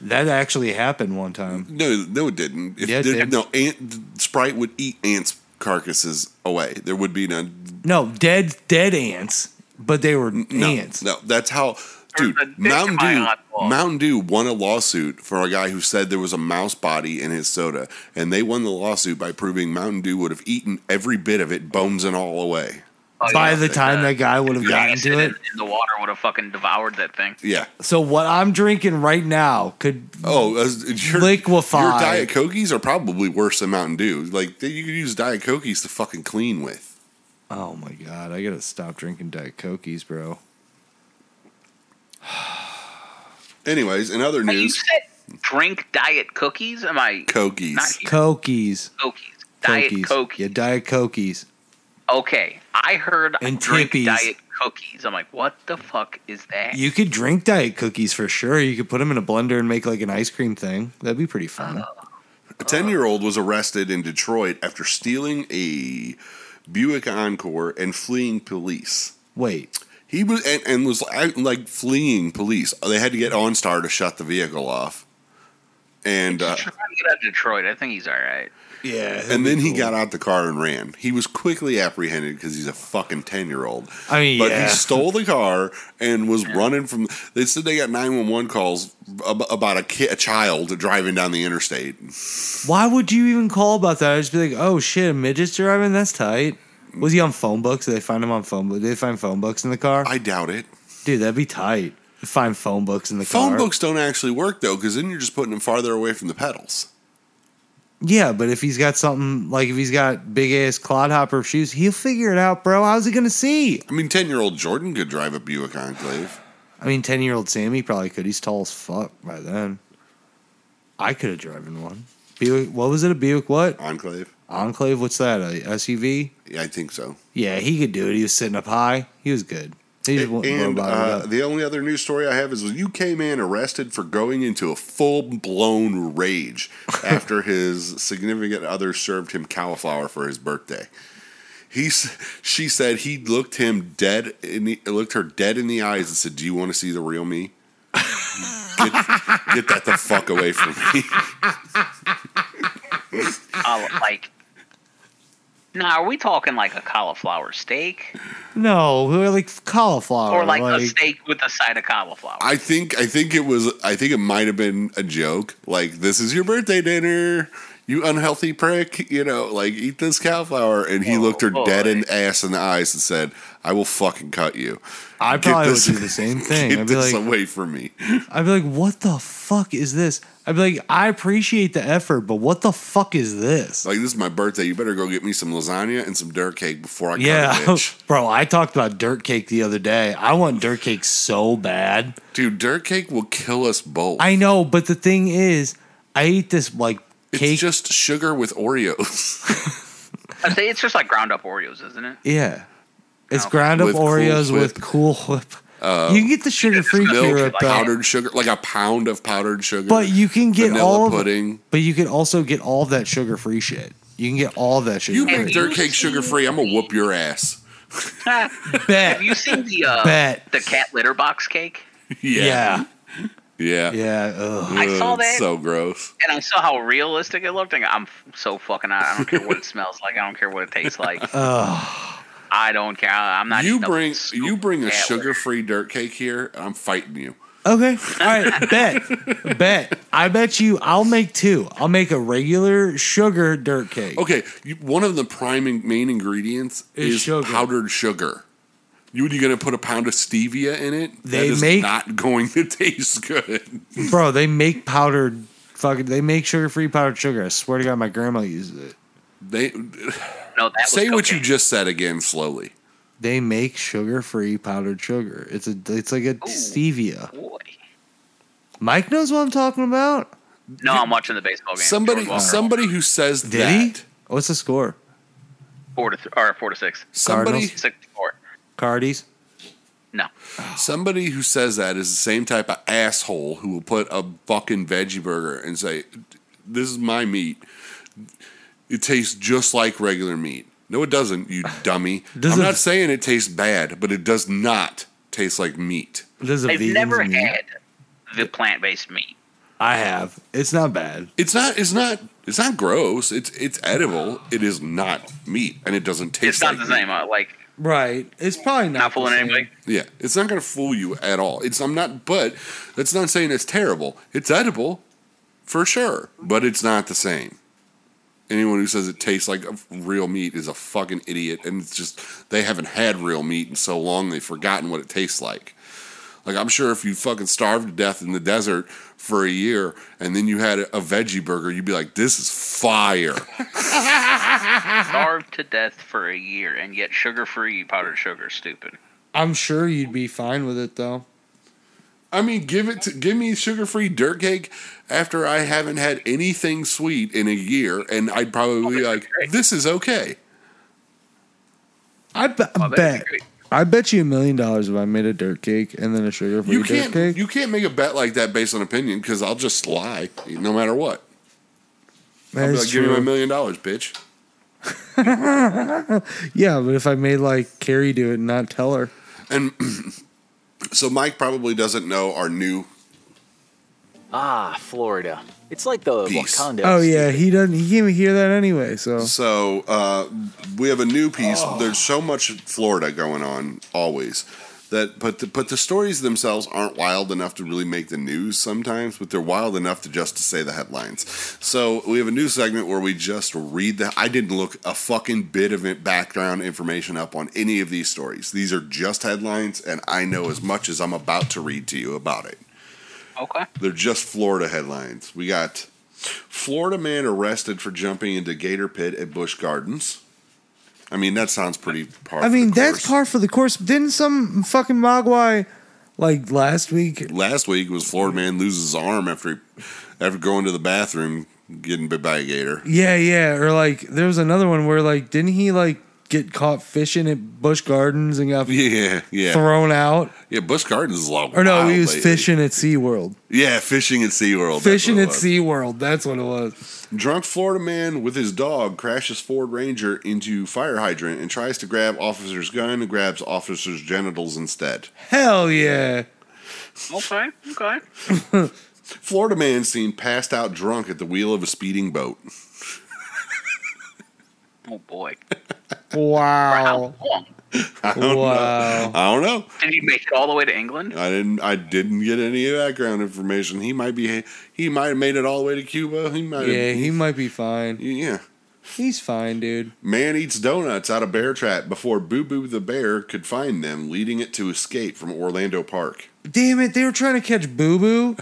That actually happened one time. No, no, it didn't. If Yeah, it there, did. no ant sprite would eat ants carcasses away. There would be none. No, dead dead ants, but they were No, ants. no, that's how. Dude, a dick in Mountain my Dew, eyeball. Mountain Dew won a lawsuit for a guy who said there was a mouse body in his soda, and they won the lawsuit by proving Mountain Dew would have eaten every bit of it, bones and all, away. Oh, By yeah, the time that guy would have the gotten acid to it. in- in the water would have fucking devoured that thing. Yeah. So what I'm drinking right now could Oh, as- your, Liquefy. Your Diet Cokies are probably worse than Mountain Dew. Like they- you could use Diet Cokies to fucking clean with. Oh my god, I gotta stop drinking Diet Cokies, bro. Anyways, in other Wait, you news, said drink diet cookies? Am I not Cokies. here? Cokies. Cookies. Diet Cokies. Coke. Yeah, Diet Cokies. Okay, I heard And drink Tippies. diet cookies. I'm like, what the fuck is that? You could drink Diet Cookies for sure. You could put them in a blender and make like an ice cream thing. That'd be pretty fun. A 10 year old was arrested in Detroit after stealing a Buick Encore, and fleeing police. Wait. He was and, and was like- like fleeing police. They had to get OnStar to shut the vehicle off, and uh, Trying to get out of Detroit. I think he's all right. Yeah. and then he got out the car and ran. He was quickly apprehended because he's a fucking ten year old. I mean, but yeah. he stole the car and was running from. They said they got nine one one calls ab- about a, ki- a child driving down the interstate. Why would you even call about that? I'd just be like, oh shit, a midget's driving? That's tight. Was he on phone books? Did they find him on phone books? Did they find phone books in the car? I doubt it. Dude, that'd be tight. Find phone books in the Phone car. books don't actually work though, because then you're just putting them farther away from the pedals. Yeah, but if he's got something like if he's got big ass clodhopper shoes, he'll figure it out, bro. How's he gonna see? I mean, ten year old Jordan could drive a Buick Enclave. I mean, ten year old Sammy probably could. He's tall as fuck by then. I could have driven one. Buick, what was it? A Buick what? Enclave. Enclave? What's that? A SUV? Yeah, I think so. Yeah, he could do it. He was sitting up high. He was good. He just wouldn't blow And bottom uh, up. the only other news story I have is a UK man arrested for going into a full blown rage after his significant other served him cauliflower for his birthday. He's, she said he looked him dead in the, looked her dead in the eyes and said, "Do you want to see the real me? Get, get that the fuck away from me." Uh, like, now are we talking like a cauliflower steak No, we were like cauliflower. or like, a steak with a side of cauliflower? I think I think it was I think it might have been a joke. Like this is your birthday dinner, you unhealthy prick. You know, like eat this cauliflower. And he Oh, looked her dead boy. in ass in the eyes and said, "I will fucking cut you. I Get probably this- would do the same thing. Get I'd be this like, away from me." I'd be like, what the fuck is this? I'd be like, I appreciate the effort, but what the fuck is this? Like this is my birthday. You better go get me some lasagna and some dirt cake before I yeah, cut a bitch. bro, I talked about dirt cake the other day. I want dirt cake so bad. Dude, dirt cake will kill us both. I know, but the thing is, I ate this like it's cake. just sugar with Oreos. I'd say it's just like ground up Oreos, isn't it? yeah, it's No. ground up With Cool Oreos Whip. Uh, with Cool Whip. you can get the sugar free milk, here at like uh, powdered sugar, like a pound of powdered sugar. But you can get vanilla all of- pudding. But you can also get all that sugar free shit. You can get all that You sugar make free. dirt cake sugar free, I'm gonna whoop your ass. Bet. Have you seen the uh, Bet. the cat litter box cake? Yeah. yeah, Yeah. Ugh. I saw Ugh, it's that So gross. and I saw how realistic it looked. And I'm f- so fucking out. I don't care what it smells like. I don't care what it tastes like. I don't care. I- I'm not. You eating a bring scoop you bring a of cat sugar litter. free dirt cake here, and I'm fighting you. Okay. All right. bet. Bet. I bet you I'll make two. I'll make a regular sugar dirt cake. Okay, you, one of the prime in- main ingredients Is is, sugar. powdered sugar. You you gonna put a pound of stevia in it? They make- not going to taste good. Bro, they make powdered fucking they make sugar free powdered sugar. I swear to God my grandma uses it. They No, that was say what you cocaine. just said again slowly. They make sugar free powdered sugar. It's a it's like a stevia. Boy. Mike knows what I'm talking about. No, I'm watching the baseball game. Somebody Jordan Walker, somebody who says Did that he? What's the score? four to th- or four to six. somebody Cardinals? Six to four. Cardi's? No, Somebody who says that is the same type of asshole who will put a fucking veggie burger and say, This is my meat. It tastes just like regular meat. No, it doesn't, you dummy. Does I'm it- not saying it tastes bad, but it does not taste like meat. This is a I've vegan's never meat. had the plant-based meat. I have. It's not bad. It's not it's not it's not gross. It's it's edible. It is not meat and it doesn't It's taste not like the same. meat. uh, Like Right. It's probably not, not fooling the same. anybody. Yeah. It's not gonna fool you at all. It's I'm not but that's not saying it's terrible. It's edible for sure. But it's not the same. Anyone who says it tastes like real meat is a fucking idiot and it's just they haven't had real meat in so long they've forgotten what it tastes like. Like I'm sure if you fucking starved to death in the desert for a year and then you had a, a veggie burger, you'd be like, This is fire. Starved to death for a year and yet sugar-free powdered sugar. Stupid. I'm sure you'd be fine with it though. I mean, give it to give me sugar free dirt cake after I haven't had anything sweet in a year, and I'd probably be like, great. "This is okay." I be- Oh, that'd be bet. great. I bet you a million dollars if I made a dirt cake and then a sugar free You dirt can't cake. you can't make a bet like that based on opinion because I'll just lie no matter what. I'll That be is like, "Give me my true. million dollars, bitch." Yeah, but if I made like Carrie do it and not tell her, And so Mike probably doesn't know our new. Ah, Florida. It's like the Peace. Wakanda. oh yeah, he doesn't. He can't even hear that anyway. So So uh, we have a new piece. There's so much Florida going on always. That, but the, but the stories themselves aren't wild enough to really make the news sometimes, but they're wild enough to just to say the headlines. So we have a new segment where we just read the. I didn't look a fucking bit of it background information up on any of these stories. These are just headlines, and I know as much as I'm about to read to you about it. Okay. They're just Florida headlines. We got Florida man arrested for jumping into gator pit at Busch Gardens. I mean, that sounds pretty par. I for mean the that's course. par for the course. Didn't some fucking mogwai like last week? Last week was Florida man loses his arm after he, after going to the bathroom getting bit by a gator. Yeah, yeah. Or like there was another one where like didn't he like get caught fishing at Bush Gardens and got Yeah, yeah, thrown out? yeah. Busch Gardens is a lot. Or no, wild he was lately. fishing at SeaWorld. Yeah, fishing at SeaWorld. that's Fishing what at it was. SeaWorld. That's what it was. Drunk Florida man with his dog crashes Ford Ranger into fire hydrant and tries to grab officer's gun and grabs officer's genitals instead. Hell yeah. Okay. Okay. Florida man seen passed out drunk at the wheel of a speeding boat. Oh boy. Wow. Long. Wow. I don't know. Did he make it all the way to England? I didn't. I didn't get any background information. He might be. He might have made it all the way to Cuba. He might. Yeah, Yeah. he might be fine. yeah. He's fine, dude. Man eats donuts out of bear trap before Boo Boo the bear could find them, leading it to escape from Orlando Park. Damn it, they were trying to catch Boo Boo,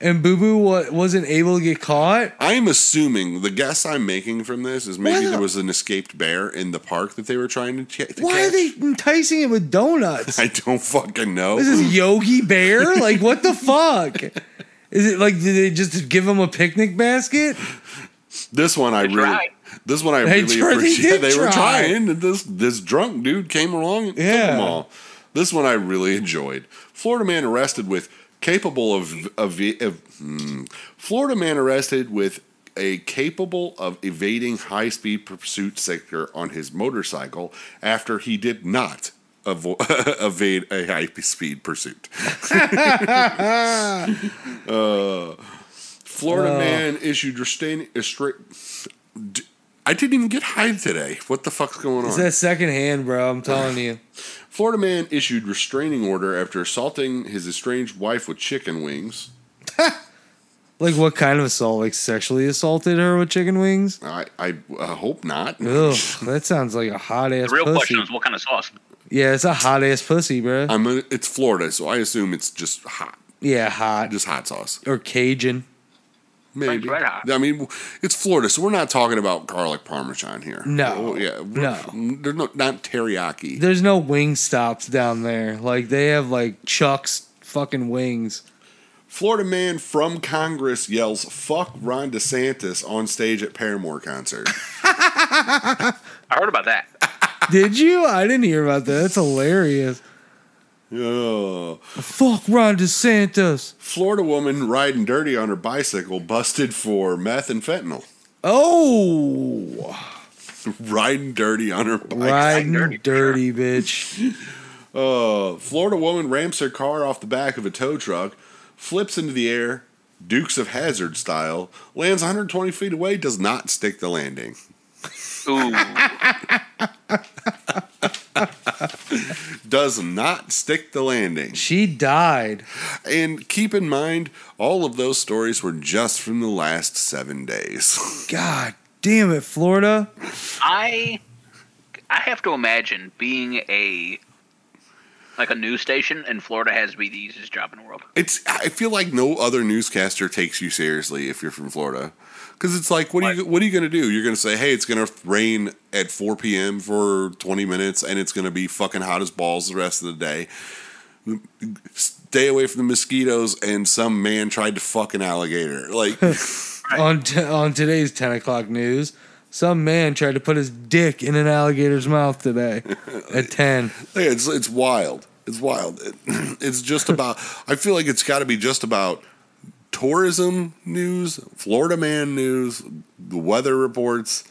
and Boo Boo wa- wasn't able to get caught. I'm assuming the guess I'm making from this is maybe Why- there was an escaped bear in the park that they were trying to, ch- to Why are catch. they enticing it with donuts? I don't fucking know. Is this Yogi Bear? Like, what the fuck? Is it like did they just give him a picnic basket? This one I They really, tried. this one I They really tried- they appreciate. did They, were try. trying, and this this drunk dude came along and took Yeah. them all. This one I really enjoyed. Florida man arrested with capable of of, of hmm. Florida man arrested with a capable of evading high speed pursuit sticker on his motorcycle after he did not. Avo- evade a high speed pursuit. Uh, Florida Uh. man issued restrain. Estra- D- I didn't even get high today. What the fuck's going on? It's that second hand, bro. I'm telling you. Florida man issued restraining order after assaulting his estranged wife with chicken wings. Like, what kind of assault? Like, sexually assaulted her with chicken wings? I I uh, hope not. Ugh, that sounds like a hot The ass real pussy. question is what kind of sauce? Yeah, it's a hot ass pussy, bro. I'm a, it's Florida, so I assume it's just hot, yeah, hot just hot sauce. or Cajun. Maybe. red hot. I mean, it's Florida, so we're not talking about garlic parmesan here. No. Oh, yeah. No. They're not not teriyaki. There's no wing stops down there. Like they have like Chuck's fucking wings. Florida man from Congress yells "fuck Ron DeSantis" on stage at Paramore concert. I heard about that. Did you? I didn't hear about that. That's hilarious. oh. Fuck Ron DeSantis. Florida woman riding dirty on her bicycle busted for meth and fentanyl. Oh, Riding dirty on her bike. riding dirty, dirty, for sure. bitch. Uh, Florida woman ramps her car off the back of a tow truck, flips into the air, Dukes of Hazard style, lands 120 feet away, does not stick the landing. Ooh. Does not stick the landing. She died. And keep in mind, all of those stories were just from the last seven days. God damn it, Florida. I I have to imagine being a like a news station in Florida has to be the easiest job in the world. It's I feel like no other newscaster takes you seriously if you're from Florida, because it's like what are you what are you gonna do? You're gonna say, hey, it's gonna rain at 4 p.m. for 20 minutes, and it's gonna be fucking hot as balls the rest of the day. Stay away from the mosquitoes, and some man tried to fuck an alligator. Like, On t- on today's ten o'clock news, some man tried to put his dick in an alligator's mouth today at ten. Yeah, it's it's wild. It's wild. It- it's just about. I feel like it's got to be just about tourism news, Florida man news, the weather reports.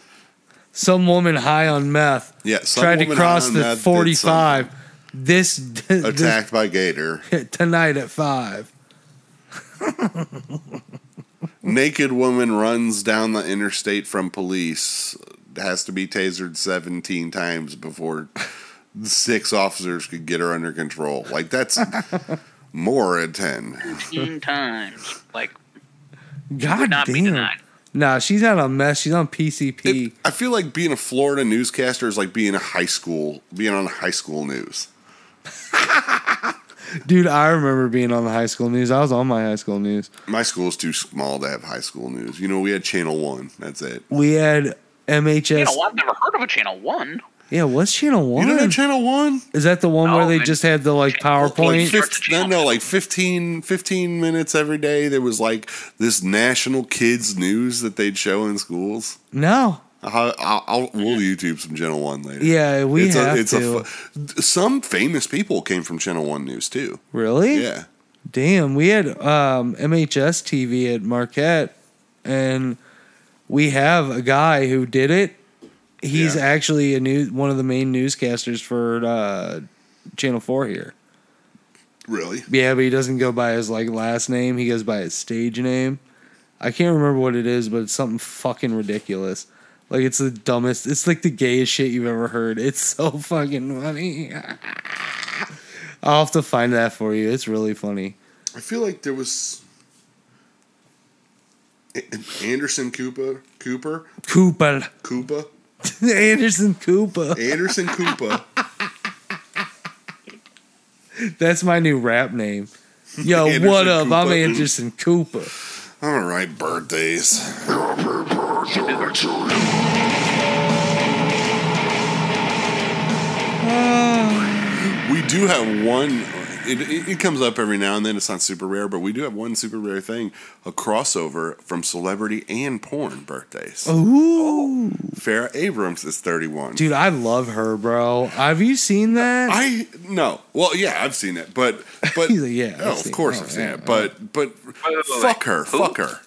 some woman high on meth Yeah, some tried to woman cross on the meth did 45 this, this Attacked by gator. tonight at 5. Naked woman runs down the interstate from police. Has to be tasered 17 times before six officers could get her under control. Like, that's more at 10. 15 times. Like, God not be damn. denied. Nah, she's not on meth. She's on PCP. It- I feel like being a Florida newscaster is like being a high school, being on high school news. Dude, I remember being on the high school news. I was on my high school news. My school's too small to have high school news. You know, we had Channel 1. That's it. We had MHS. you know, I've never heard of a Channel 1. yeah, what's Channel 1? You don't know Channel 1? Is that the one No, where they it- just had the like PowerPoint? Like Start the fif- no, no, channel. like 15, 15 minutes every day. There was like this national kids news that they'd show in schools. no. I'll, I'll, I'll- we'll YouTube some Channel One later. Yeah, we it's have a, it's to. A, fu- some famous people came from Channel One News too. really? Yeah, Damn, we had um, MHS TV at Marquette, and we have a guy who did it. He's Yeah. actually a new one of the main newscasters for uh, Channel Four here. really. Yeah, but he doesn't go by his like last name. He goes by his stage name. I can't remember what it is, but it's something fucking ridiculous. Like it's the dumbest. It's like the gayest shit you've ever heard. It's so fucking funny. I'll have to find that for you. It's really funny. I feel like there was A- Anderson Cooper, Cooper, Koopa, Cooper, Anderson Koopa. Anderson Cooper. That's my new rap name. Yo, Anderson what up? I'm Cooper. Anderson Koopa. All right, birthdays. We do have one. It, it, it comes up every now and then. It's not super rare, but we do have one super rare thing: a crossover from celebrity and porn birthdays. Ooh, Farrah Abrams is 31. Oh. dude, I love her, bro. Have you seen that? I no. Well, yeah, I've seen it, but but He's like, yeah, I've oh, seen of it. course Oh, I've seen yeah, it, but but fuck her, fuck her.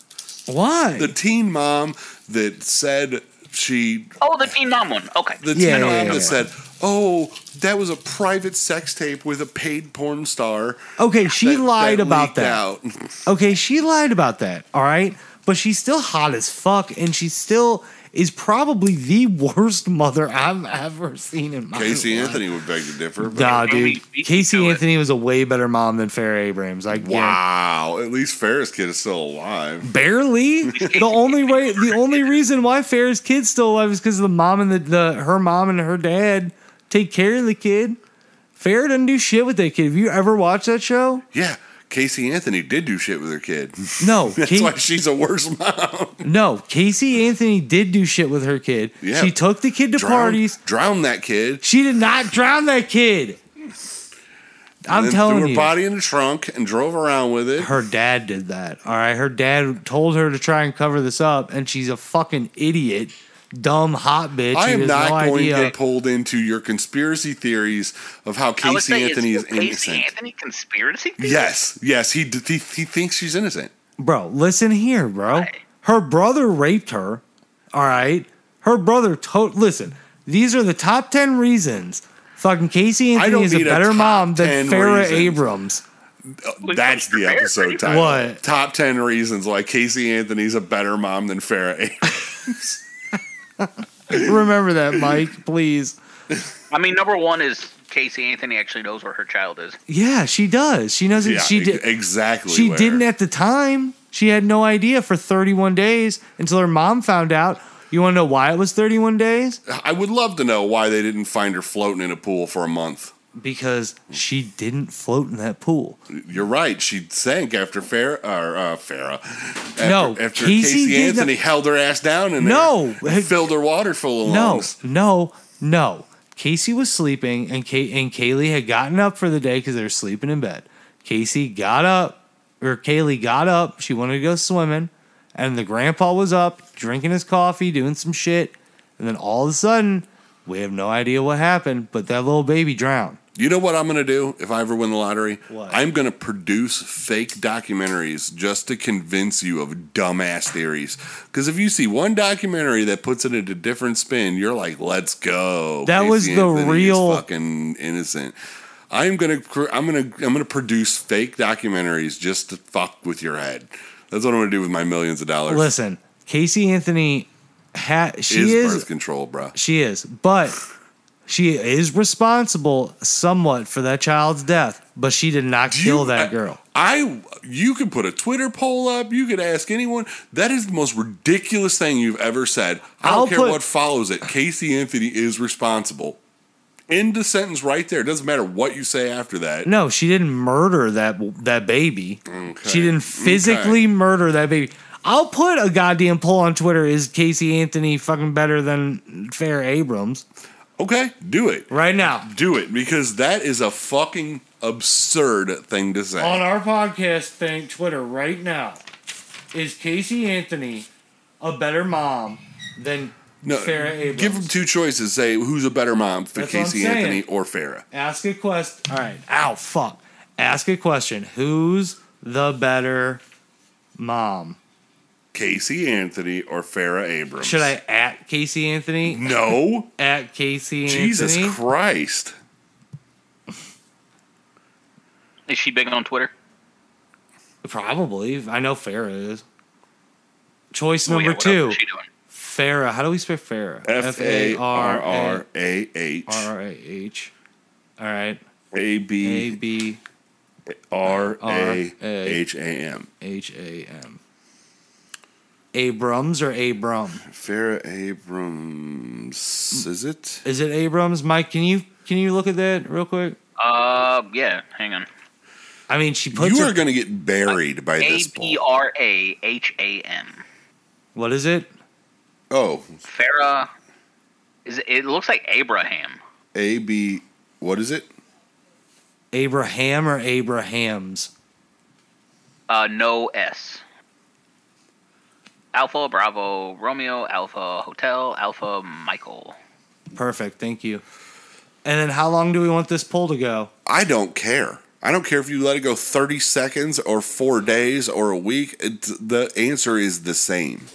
Why? The teen mom that said she, Oh, the Teen Mom one. Okay. Yeah, the teen yeah, mom yeah, that yeah. said, oh, that was a private sex tape with a paid porn star. okay, she that- lied about leaked that. out." Okay, she lied about that, all right? But she's still hot as fuck, and she still is probably the worst mother I've ever seen in my Casey life. Anthony would beg to differ. But Nah, Maybe dude. we can do Casey it. Anthony was a way better mom than Farrah Abrams. Like, wow. Wow, at least Ferris kid is still alive. Barely. The only way, the only reason why Farrah's kid's still alive is because the mom and the, the her mom and her dad take care of the kid. Farrah doesn't do shit with that kid. Have you ever watched that show? Yeah, Casey Anthony did do shit with her kid. No. That's Ca- why she's a worse mom. No, Casey Anthony did do shit with her kid. Yeah. She took the kid to drown, parties. drown that kid. She did not drown that kid. I'm then threw telling her you. body in the trunk and drove around with it. her dad did that. All right. Her dad told her to try and cover this up, and she's a fucking idiot, dumb, hot bitch. I who am has not no going idea. to get pulled into your conspiracy theories of how I would Casey say, Anthony is is Casey innocent. Anthony conspiracy? theory? Yes, yes, he, d- he he thinks she's innocent. Bro, listen here, bro. Her brother raped her. All right. Her brother to listen. These are the top 10 reasons fucking Casey I Anthony don't is a need a better top mom than 10 Farrah reasons. Abrams. That's the Fair, episode Fair. title. What? Top ten reasons why Casey Anthony's a better mom than Farrah. Abrams. Remember that, Mike, please. I mean, number one is Casey Anthony actually knows where her child is. Yeah, she does. She knows it. yeah, she e- did. exactly. She where. didn't at the time. She had no idea for 31 days until her mom found out. You want to know why it was 31 days? I would love to know why they didn't find her floating in a pool for a month. Because she didn't float in that pool. You're right. She sank after Farrah. Or, uh, Farrah. After, No, after Casey Casey, did Anthony held her ass down and No. uh, filled her water full of No, lungs. no, no. Casey was sleeping, and Kay- and Kaylee had gotten up for the day because they were sleeping in bed. Casey got up, or Kaylee got up. She wanted to go swimming, and the grandpa was up drinking his coffee, doing some shit, and then all of a sudden, we have no idea what happened, but that little baby drowned. You know what I'm going to do if I ever win the lottery? What? I'm going to produce fake documentaries just to convince you of dumbass theories. Because if you see one documentary that puts it into a different spin, you're like, "Let's go." That was the Anthony is real- fucking innocent. I'm gonna, cr- I'm gonna, I'm gonna produce fake documentaries just to fuck with your head. That's what I'm gonna do with my millions of dollars. Listen, Casey Anthony, ha- she is, is birth control, bro. She is, but she is responsible somewhat for that child's death. But she did not Do kill you- that girl. I you could put a Twitter poll up. You could ask anyone. That is the most ridiculous thing you've ever said. I don't I'll care put- what follows it. Casey Anthony is responsible. End the sentence right there. It doesn't matter what you say after that. No, she didn't murder that that baby. Okay. She didn't physically murder that baby. I'll put a goddamn poll on Twitter: Is Casey Anthony fucking better than Fair Abrams? Okay, do it. Right now, Do it because that is a fucking absurd thing to say. on our podcast thing, Twitter right now, is Casey Anthony a better mom than no, Farrah Abrams? give them two choices. Say who's a better mom, for That's what I'm Casey saying. Anthony or Farah. Ask a quest. All right. Ow, fuck. Ask a question. Who's the better mom? Casey Anthony or Farah Abrams. Should I at Casey Anthony? No. At Casey Jesus Anthony? Christ. Is she big on Twitter? Probably. I know Farah is. Choice Well, Oh, yeah, number what else two, is she doing? Farah. How do we spell Farah? F A R R A H R A H. All right. A A B B R A A. H A M. H A M. Abrams or Abram? Farrah Abrams, is it? Is it Abrams? Mike, can you can you look at that real quick? Uh, yeah. Hang on. I mean, she puts. You her- are going to get buried by A this B bull. R A H A M. What is it? Oh, Farah. Is it, it looks like Abraham. A B. What is it? Abraham or Abrahams? Uh, no S. Alpha Bravo Romeo Alpha Hotel Alpha Michael. Perfect. Thank you. And then how long do we want this poll to go? I don't care. I don't care if you let it go 30 seconds or four days or a week. It's, the answer is the same.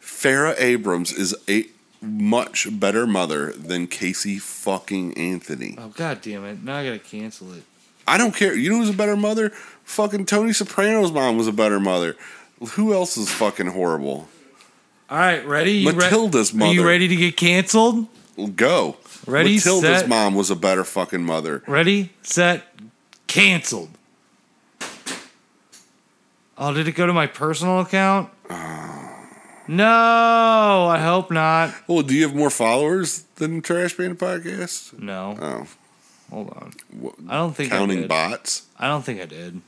Farrah Abrams is a much better mother than Casey fucking Anthony. Oh god damn it. Now I gotta cancel it. I don't care. You know who's a better mother? Fucking Tony Soprano's mom was a better mother. Who else is fucking horrible? Alright, ready? You re- Matilda's Are you mother. ready to get canceled? Well, Go. Ready, Matilda's set. mom was a better fucking mother. Ready, set, cancelled. Oh, did it go to my personal account? Oh. No, I hope not. Well, Oh, do you have more followers than Trash Band Podcast? No. Oh. Hold on. Well, I don't think I Counting did. bots. I don't think I did.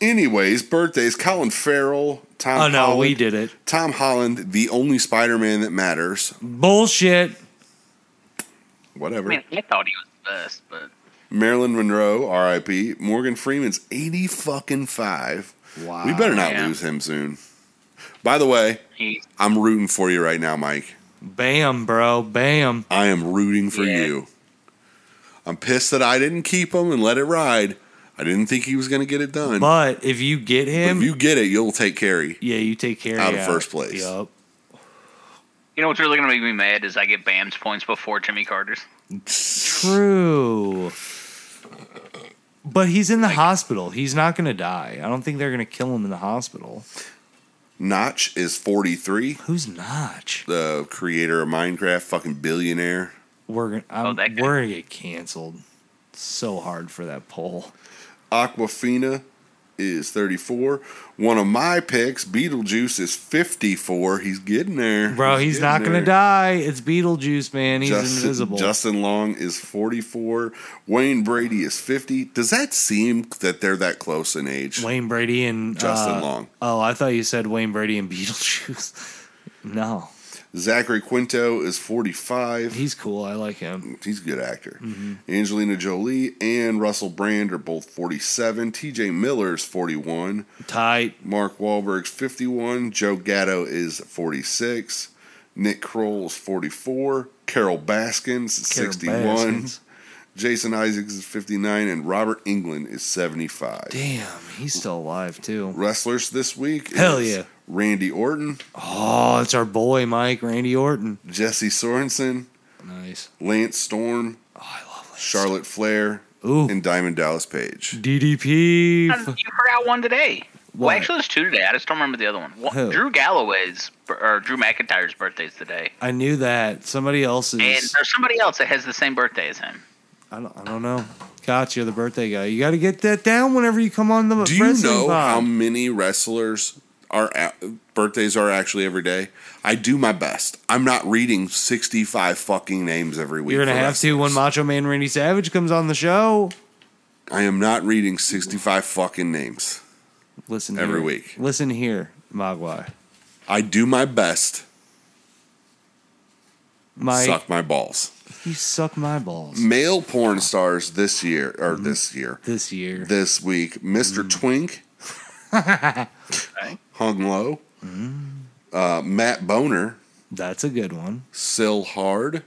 Anyways, birthdays Colin Farrell, Tom Oh no, Holland. we did it. Tom Holland, the only Spider Man that matters. Bullshit. Whatever. I mean, I thought he was the best, but Marilyn Monroe, R.I.P. Morgan Freeman's eighty fucking five. Wow. We better not Yeah. lose him soon. By the way, he I'm rooting for you right now, Mike. Bam, bro. Bam. I am rooting for Yeah. you. I'm pissed that I didn't keep him and let it ride. I didn't think he was going to get it done. But But if you get him, if you get it, you'll take Carrie. yeah, you take care Out of yeah. first place. Yup. You know what's really gonna make me mad is I get Bam's points before Jimmy Carter's. True. But he's in the hospital. He's not going to die. I don't think they're going to kill him in the hospital. Notch is 43, Who's Notch? the creator of Minecraft, fucking billionaire. We're gonna I'm, that guy. we're gonna get canceled. So hard for that poll. Aquafina is 34. One of my picks, Beetlejuice, is 54. He's getting there. Bro, he's, not getting gonna there. die. It's Beetlejuice, man. He's Justin, invisible. Justin Long is 44. Wayne Brady is 50. Does that seem that they're that close in age? Wayne Brady and Justin uh, Long. Oh, I thought you said Wayne Brady and Beetlejuice. no, Zachary Quinto is 45. he's cool. I like him. He's a good actor. Mm-hmm. Angelina Jolie and Russell Brand are both 47. TJ Miller is 41. Tight. Mark Wahlberg's 51. Joe Gatto is 46. Nick Kroll is 44. Carol Baskins, is Carol 61. Baskins. Jason Isaacs is 59, and Robert England is 75. Damn, he's still alive too. Wrestlers this week is Hell yeah. Randy Orton, Oh, it's our boy Mike Randy Orton. Jesse Sorensen, Nice. Lance Storm, Oh, I love Lance. Charlotte Flair, Ooh, and Diamond Dallas Page. DDP. You heard out one today. What? Well, Um, actually, there's two today. I just don't remember the other one. One- Who? Drew Galloway's or Drew McIntyre's birthday's today, I knew that somebody else's. and there's somebody else that has the same birthday as him. I don't, I don't know. Gotch, you're the birthday guy. You got to get that down whenever you come on the Do you wrestling know pod. how many wrestlers are at, birthdays are actually every day? I do my best. I'm not reading 65 fucking names every week. You're gonna for have to when wrestlers. Macho Man Randy Savage comes on the show. I am not reading 65 fucking names. Listen Every here. week. Listen here, Mogwai. I do my best. Mike, Suck my balls. you suck my balls Male porn stars this year or Mm-hmm. this year. this year. This week, Mr. Mm. Twink hung low. Mm. Uh, Matt Boner, That's a good one. Sill Hard,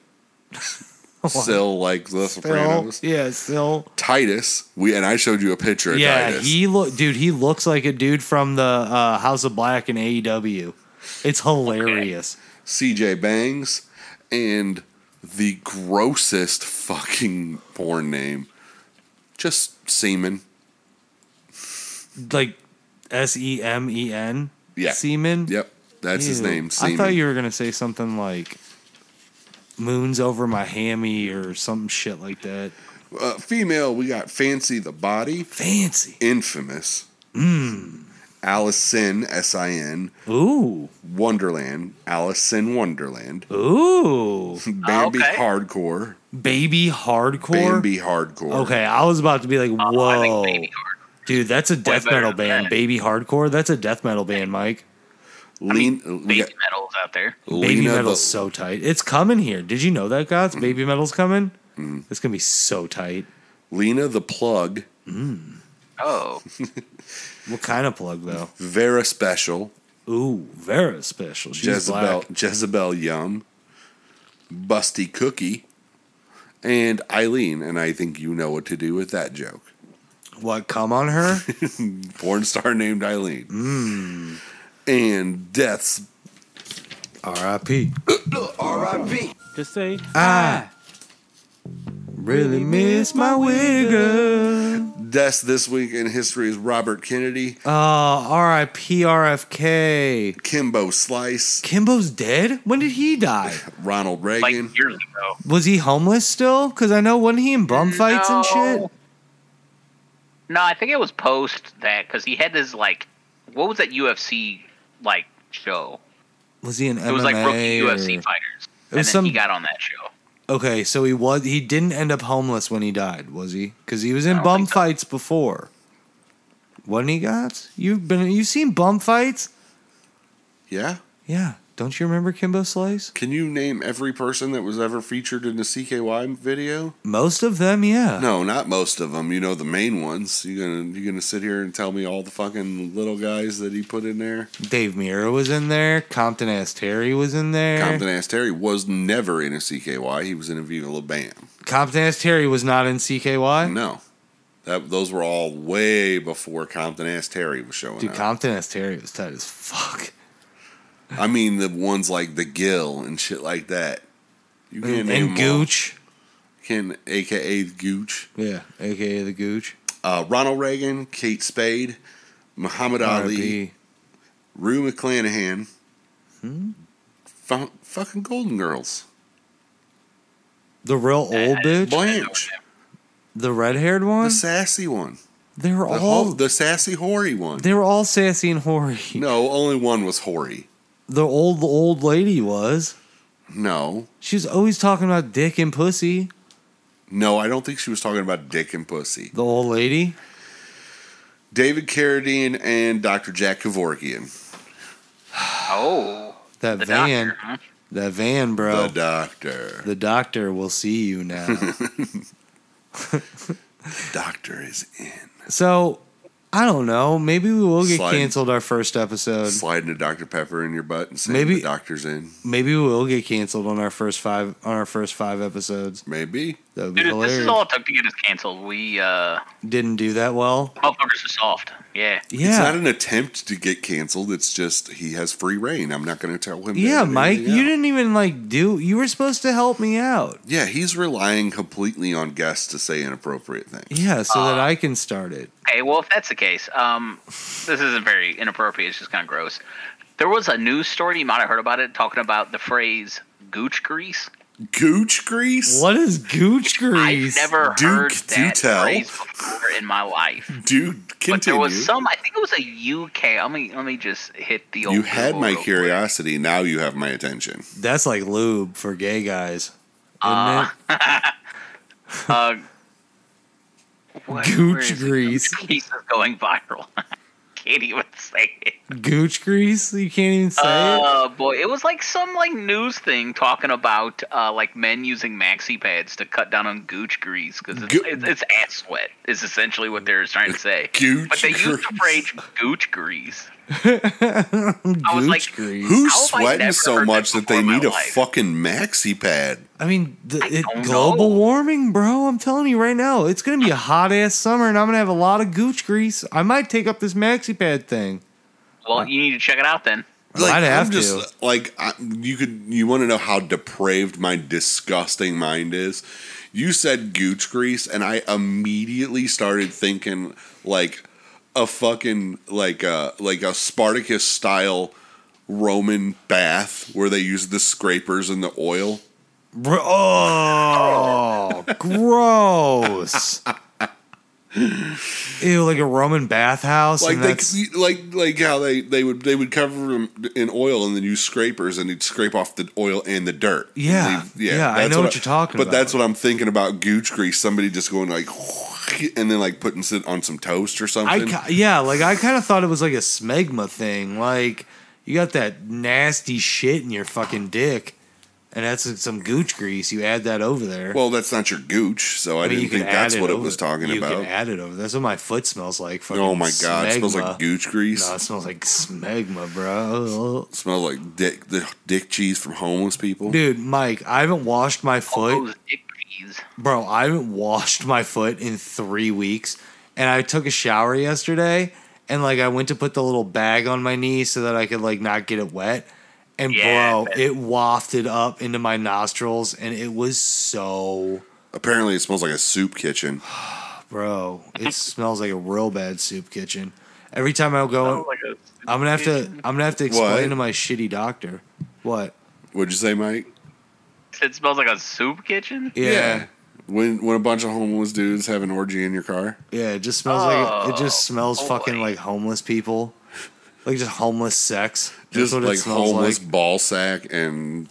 Sill like the Still, Sopranos. yeah, still. Titus, we and I showed you a picture of Yeah, Titus. he look, dude. He looks like a dude from the uh, House of Black and AEW. It's hilarious. CJ Bangs, and the grossest fucking porn name. Just semen. Like S E M E N. Yeah. Seaman. Yep. That's his Ew. name. Semen. I thought you were gonna say something like "moons over my hammy" or some shit like that. uh, female, we got Fancy the Body, Fancy. Infamous, Mm. Allison, S I N, Ooh, Wonderland, Allison Wonderland, ooh, Bambi okay. Hardcore, baby hardcore. Bambi Hardcore. Okay, I was about to be like, Oh, I think whoa, Baby Hard- dude, that's a death better metal than band. that. Baby hardcore. That's a death metal band, Mike. Lean, we Baby got Metal's out there. Baby Lena metal's the, so tight. It's coming here. Did you know that, Gots? Baby metal's coming. It's gonna be so tight. Lena the Plug, Oh, What kind of plug though? Vera Special, Ooh, Vera special. She's Jezebel, black. Jezebel Yum, Busty Cookie, and Eileen. And I think you know what to do with that joke. What come on her? Porn star named Eileen. Hmm. And death's R.I.P. Just say I Ah. really miss my wigger. deaths this week in history is Robert Kennedy, Oh, R.I.P. R.F.K. Kimbo Slice, Kimbo's dead. When did he die? Ronald like Reagan, years ago. Was he homeless still? Because I know wasn't he in bum fights and shit. No. No, I think it was post that because he had this like, what was that UFC like show? Was he an MMA? It was like rookie or- UFC fighters, and then was some- he got on that show. Okay, so he was. He didn't end up homeless when he died, was he? Because he was I in don't bum think so. fights before. Wasn't he, got? You've been. You've seen bum fights? yeah. Yeah. Don't you remember Kimbo Slice? Can you name every person that was ever featured in the CKY video? Most of them, yeah. No, not most of them. You know the main ones. You gonna you gonna sit here and tell me all the fucking little guys that he put in there? Dave Mira was in there. Compton Ass Terry was in there. Compton Ass Terry was never in a CKY. He was in a Viva La Bam. Compton Ass Terry was not in CKY. No, that those were all way before Compton Ass Terry was showing Dude, up. Compton Ass Terry was tight as fuck. I mean the ones like the Gill and shit like that. You can't And, name and 'em all. Gooch. Can AKA Gooch, Yeah, aka the Gooch. uh, Ronald Reagan, Kate Spade, Muhammad Ali, R.I.P. Rue McClanahan, Hmm? fu- fucking Golden Girls, The real old bitch. Blanche, The red haired one. Oh. the sassy one, They were the, all ho- the sassy hoary one. they were all sassy and hoary. No, only one was hoary. The old old lady was. No, She was always talking about dick and pussy. no, I don't think she was talking about dick and pussy. The old lady. David Carradine and Dr. Jack Kevorkian, Oh, That the van. doctor. Huh? That van, bro. the doctor. the doctor will see you now. doctor is in. So I don't know. Maybe we will get Slide. canceled our first episode. Sliding a Dr. Pepper in your butt and saying Maybe- the doctor's in. Maybe we will get canceled on our first five on our first five episodes. Maybe. That would be Dude, hilarious. this is all it took to get us canceled. We uh, Didn't do that well. motherfuckers are soft. Yeah. Yeah. It's not an attempt to get canceled. It's just he has free reign. I'm not going to tell him. to yeah, edit Mike, anything you out. didn't even like do. You were supposed to help me out. Yeah, he's relying completely on guests to say inappropriate things. Yeah, so that Uh, I can start it. Okay, well, if that's the case, um, this isn't very inappropriate. It's just kind of gross. There was a news story you might have heard about it talking about the phrase "gooch grease." Gooch grease? What is gooch I've grease? never Duke, heard do that tell. phrase before in my life. Dude, But there continue. was some. I think it was a UK. Let me let me just hit the old. you had Google my real quick. curiosity. Now you have my attention. That's like lube for gay guys. Isn't it? Uh, what- Gooch where is it? grease. Gooch grease is going viral. Can't even say it. Gooch grease? You can't even say it. Oh boy, it was like some like news thing talking about uh, like men using maxi pads to cut down on gooch grease because it's, Goo- it's, it's ass sweat is essentially what they're trying to say. Gooch but they used the grease. phrase gooch grease. Gooch I was like, grease. Who's How have I sweating never so heard much that that before they in need my a life? fucking maxi pad? I mean, the, I it, don't global know. warming, bro. I'm telling you right now, it's gonna be a hot ass summer, and I'm gonna have a lot of gooch grease. I might take up this maxi pad thing. Well, you need to check it out then. I might have I'm just to. like I, you could. You want to know how depraved my disgusting mind is? You said gooch grease, and I immediately started thinking like a fucking like a like a Spartacus style Roman bath where they use the scrapers and the oil. Bro, oh, gross. Ew, like a Roman bathhouse. Like and they that's- like like how they they would they would cover them in oil and then use scrapers and you'd scrape off the oil and the dirt. Yeah, Leave- yeah, I know what I- you're talking But about. that's what I'm thinking about gooch grease. Somebody just going like, and then like putting it on some toast or I something. ki- yeah, like I kind of thought it was like a smegma thing. Like you got that nasty shit in your fucking dick, and that's like some gooch grease. You add that over there. well, that's not your gooch, so I, mean, didn't could think add that's what it over- was talking you about. could add it over. That's what my foot smells like. fucking oh my god, it smells like smegma. gooch grease. No, it smells like smegma, bro. It smells like dick the dick cheese from homeless people. Dude, Mike, I haven't washed my All foot, those dick grease. bro. I haven't washed my foot in three weeks, and I took a shower yesterday, and like I went to put the little bag on my knee so that I could like not get it wet, and Yeah, bro, but- it wafted up into my nostrils, and it was so, Apparently, it smells like a soup kitchen. bro. It smells like a real bad soup kitchen. Every time I go, Oh, like a- I'm gonna have to. I'm gonna have to What? explain to my shitty doctor. What? What'd you say, Mike? It smells like a soup kitchen. Yeah, yeah. When when a bunch of homeless dudes have an orgy in your car. it just smells like it just Oh, smells fucking boy. like homeless people, like just homeless sex. That's Just what like it smells homeless like. ball sack and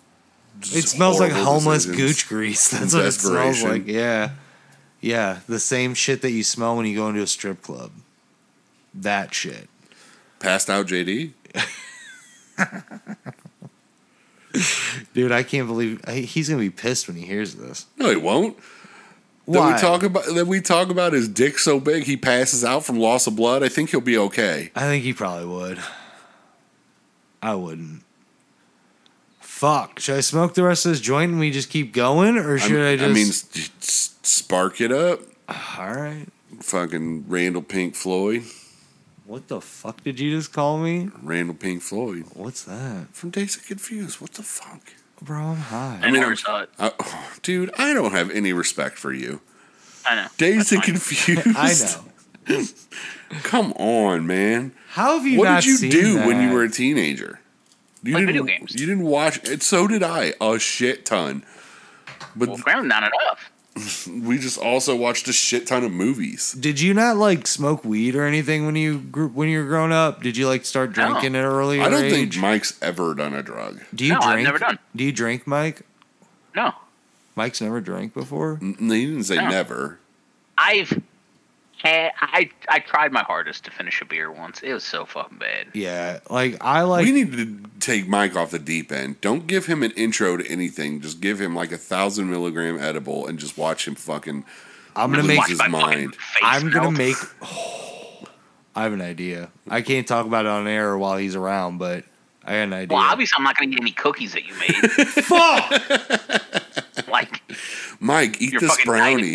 It smells like horrible homeless decisions. gooch grease. That's what it smells Desperation. like. Yeah, yeah, the same shit that you smell when you go into a strip club. That shit. Passed out JD? Dude, I can't believe I- he's gonna be pissed when he hears this. No, he won't. That Why? we talk about that we talk about his dick so big he passes out from loss of blood. I think he'll be okay. I think he probably would. I wouldn't. Fuck. Should I smoke the rest of this joint and we just keep going, or should i I'm- just? mean, s- s- spark it up, all right. fucking Randall Pink Floyd, What the fuck did you just call me? Randall Pink Floyd What's that, from Days of Confused. What the fuck, bro? I'm high. I, mean, never I'm- saw it. I, oh, dude? I don't have any respect for you. I know. Days of That's fine. Confused. I know. Come on, man. How have you? what not did you seen do when you that? were a teenager? You Play didn't, video games. You didn't watch it. So did I. A shit ton. But Well, apparently not enough. we just also watched a shit ton of movies. Did you not like smoke weed or anything when you grew, when you were growing up? Did you like start No. drinking at an early I don't think age? Mike's ever done a drug. Do you No, I've drink? never done. Do you drink, Mike? No, Mike's never drank before. N- He didn't say No. never. I've. Had, I I tried my hardest to finish a beer once. It was so fucking bad. Yeah, like I like. we need to take Mike off the deep end. Don't give him an intro to anything. Just give him like a thousand milligram edible and just watch him fucking. I'm gonna make Watch Watch his my fucking mind. face I'm gonna melt. make. I have an idea. I can't talk about it on air while he's around, but I got an idea. Well, obviously, I'm not going to get any cookies that you made. Fuck! like, Mike, eat You're this fucking brownie. hiding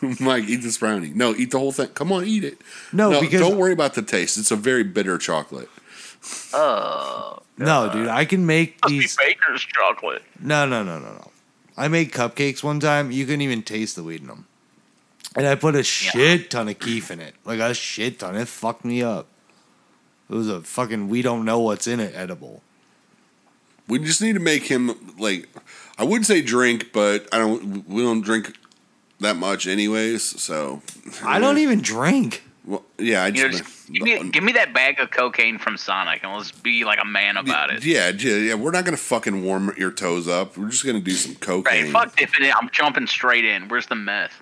cookies. Mike, eat this brownie. No, eat the whole thing. Come on, eat it. No, because- don't worry about the taste. It's a very bitter chocolate. No, dude, I can make Must be these. baker's chocolate. No, no, no, no, no. I made cupcakes one time. You couldn't even taste the weed in them. And I put a shit ton of keef in it. Like a shit ton. It fucked me up. It was a fucking we don't know what's in it edible. We just need to make him like I wouldn't say drink, but I don't we don't drink that much anyways, so I don't even drink. well, yeah, I You know, just, Uh, just give me, give me that bag of cocaine from Sonic and let's be like a man about it. Yeah, yeah, yeah, we're not gonna fucking warm your toes up. We're just gonna do some Right, cocaine. fuck dipping in. I'm jumping straight in. Where's the meth?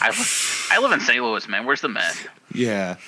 I, li- I live in St. Louis, man. Where's the meth? Yeah.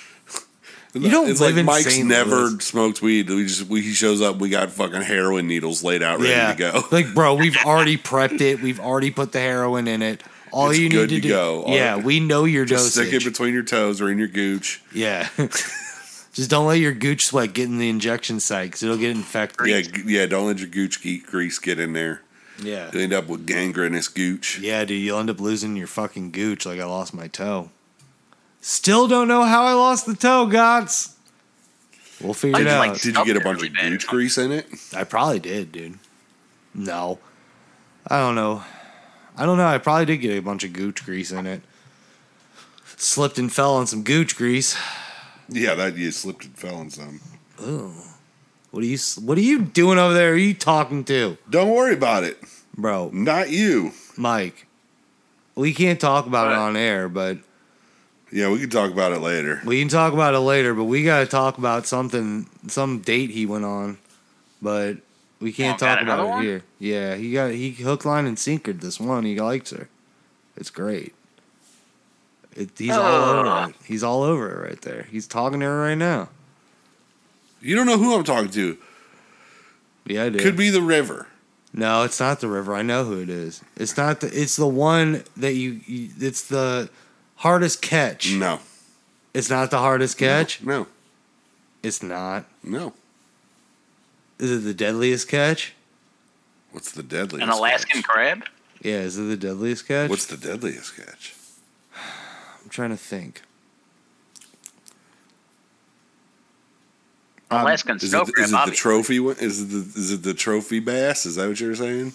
You don't it's live like in Mike's St. never Louis. smoked weed. We just we, he shows up, we got fucking heroin needles laid out ready yeah. to go. Like, bro, we've already prepped it. We've already put the heroin in it. All It's you good need to, do. to go. All yeah, right. we know your Just dosage. stick it between your toes or in your gooch. yeah. Just don't let your gooch sweat get in the injection site because it'll get infected. Yeah, g- yeah, don't let your gooch ge- grease get in there. Yeah. You end up with gangrenous gooch. Yeah, dude, you'll end up losing your fucking gooch like I lost my toe. Still don't know how I lost the toe, Gots. We'll figure Did it you, out. like, Did you get a Something bunch really of bad. gooch grease in it? I probably did, dude. No. I don't know. I don't know. I probably did get a bunch of gooch grease in it. Slipped and fell on some gooch grease. Yeah, that you slipped and fell in some. What are you what are you doing over there? Who Are you talking to? Don't worry about it. Bro, Not you. Mike. We can't talk about it What? on air, but Yeah, we can talk about it later. We can talk about it later, but we got to talk about something, some date he went on, but we can't Oh, got talk about another it one? here. Yeah, he got he hook, line, and sinkered this one. He likes her. It's great. It, he's all over it. He's all over it right there. He's talking to her right now. You don't know who I'm talking to. Yeah, I do. Could be the river. No, it's not the river. I know who it is. It's not the. It's the one that you. you it's the hardest catch. No. It's not the hardest catch. No. It's not. No. Is it the deadliest catch? What's the deadliest? An Alaskan catch? crab? Yeah, is it the deadliest catch? What's the deadliest catch? I'm trying to think. Um, Alaskan Is snow it, crab, is it the obviously. trophy? one- Is it the is it the trophy bass? Is that what you're saying?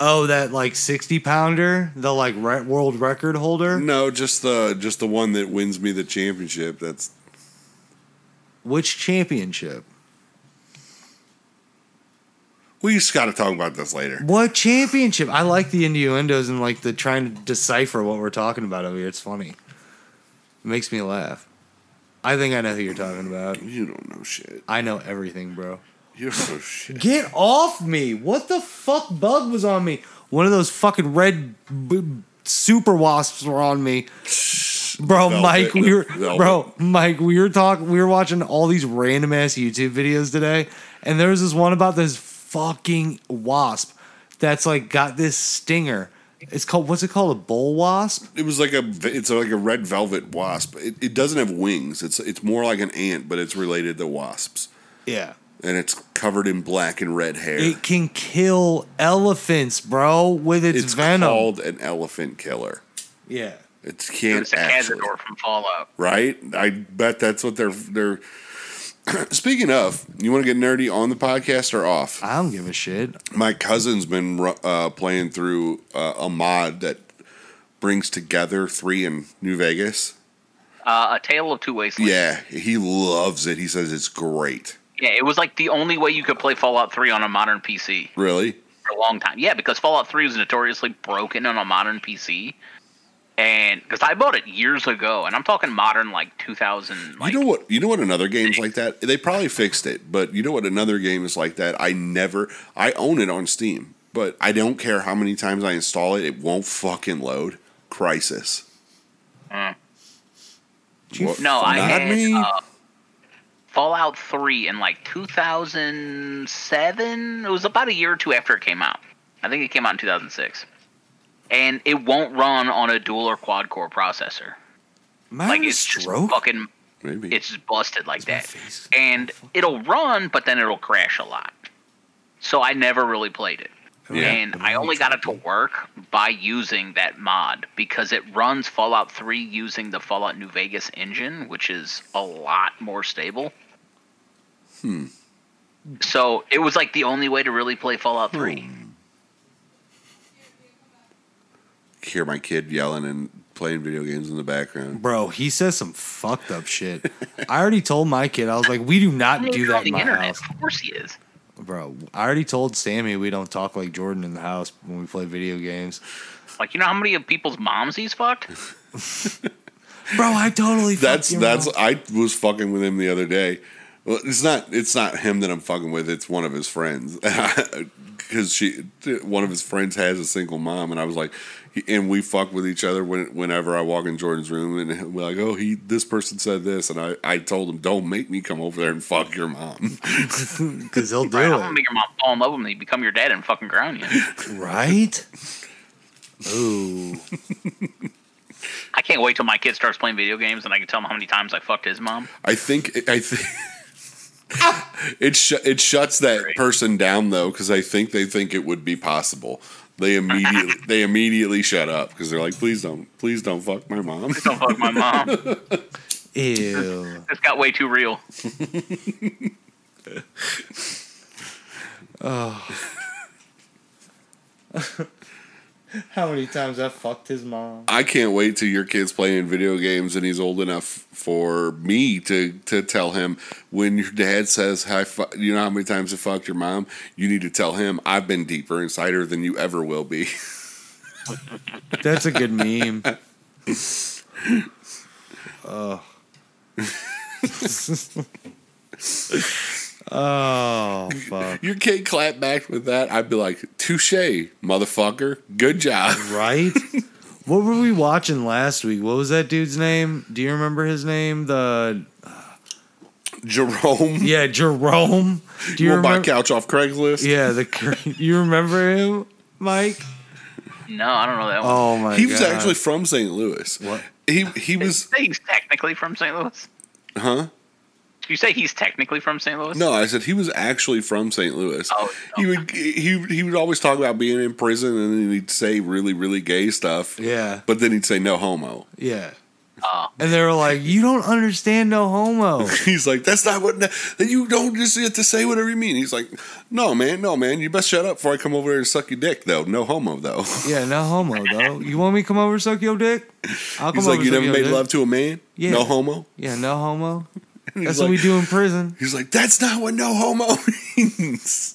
Oh, that like 60 pounder, the like re- world record holder. No, just the just the one that wins me the championship. That's Which championship? we just got to talk about this later. What championship? I like the innuendos and like the trying to decipher what we're talking about over here. It's funny. It makes me laugh. I think I know who you're talking about. You don't know shit. I know everything, bro. You don't know shit. Get off me! What the fuck bug was on me? One of those fucking red b- super wasps were on me. Bro, Velvet. Mike, we were Velvet. bro, Mike, we were talking we were watching all these random ass YouTube videos today, and there was this one about this fucking wasp that's like got this stinger. It's called what's it called? A bull wasp? It was like a it's like a red velvet wasp. It, it doesn't have wings. It's it's more like an ant, but it's related to wasps. Yeah. And it's covered in black and red hair. It can kill elephants, bro, with its, it's venom. called an elephant killer. yeah. It It can't was a actually, Cazador from Fallout. right? I bet that's what they're they're. Speaking of, you want to get nerdy on the podcast or off? I don't give a shit. My cousin's been ru- uh, playing through uh, a mod that brings together three in New Vegas. Uh, a Tale of Two Wastelands. Yeah, he loves it. He says it's great. Yeah, it was like the only way you could play Fallout 3 on a modern PC Really? for a long time. Yeah, because Fallout 3 was notoriously broken on a modern PC. And because I bought it years ago, and I'm talking modern, like 2000. Like, you know what? You know what? Another game's like that. They probably fixed it, but you know what? Another game is like that. I never. I own it on Steam, but I don't care how many times I install it. It won't fucking load. Crisis. What, No, I not had, uh, Fallout 3 in like 2007. It was about a year or two after it came out. I think it came out in 2006. And it won't run on a dual or quad core processor. Man, Like it's just stroke. fucking Maybe it's just busted like my that. face. And it'll run, but then it'll crash a lot. So I never really played it. Oh, Yeah. And I only got it to work by using that mod because it runs Fallout 3 using the Fallout New Vegas engine, which is a lot more stable. Hmm. So it was like the only way to really play Fallout Hmm. 3. Hear my kid yelling and playing video games in the background. Bro, he says some fucked up shit. I already told my kid, I was like, we do not do You're on that in the my internet. house. Of course he is. Bro, I already told Sammy we don't talk like Jordan in the house when we play video games. Like, you know how many of people's moms he's fucked? Bro, I totally fucked That's your that's mom. I was fucking with him the other day. Well, it's not it's not him that I'm fucking with. It's one of his friends because she one of his friends has a single mom, and I was like, he- and we fuck with each other when, whenever I walk in Jordan's room, and we're like, oh, he this person said this, and I I told him don't make me come over there and fuck your mom. Cause he'll do Right, I'm gonna it. make your mom fall in love with me, become your dad, and fucking ground you. Right? Ooh. I can't wait till my kid starts playing video games and I can tell him how many times I fucked his mom. I think I think. It sh- it shuts that person down though because I think they think it would be possible. They immediately they immediately shut up because they're like, please don't, please don't fuck my mom. Don't fuck my mom. Ew. This got way too real. How many times I fucked his mom? I can't wait till your kid's playing video games and he's old enough for me to to tell him when your dad says hi. Fu- you know how many times I fucked your mom. You need to tell him I've been deeper inside her than you ever will be. That's a good meme. Oh. oh fuck. Your kid clapped back with that. I'd be like, touche, motherfucker. Good job. Right? what were we watching last week? What was that dude's name? Do you remember his name? The Jerome. yeah, Jerome. Do you we'll buy remember? couch off Craigslist. yeah, the cur- you remember him, Mike? No, I don't know that one. Oh my he god, was actually from St. Louis. What? He he was He's technically from St. Louis. huh? Did you say he's technically from St. Louis? No, I said he was actually from St. Louis. Oh, He would he he would always talk about being in prison and then he'd say really really gay stuff. yeah, But then he'd say no homo. yeah. Oh. And they were like, "You don't understand, no homo." He's like, that's not what. That you don't just get to say whatever you mean. He's like, no man, no man. You best shut up before I come over there and suck your dick though. No homo though. yeah, no homo though. You want me to come over and suck your dick? I'll come He's like, over. you and suck never your made dick." love to a man. Yeah. No homo. Yeah, no homo. And he's That's like, what we do in prison. He's like, that's not what no homo means.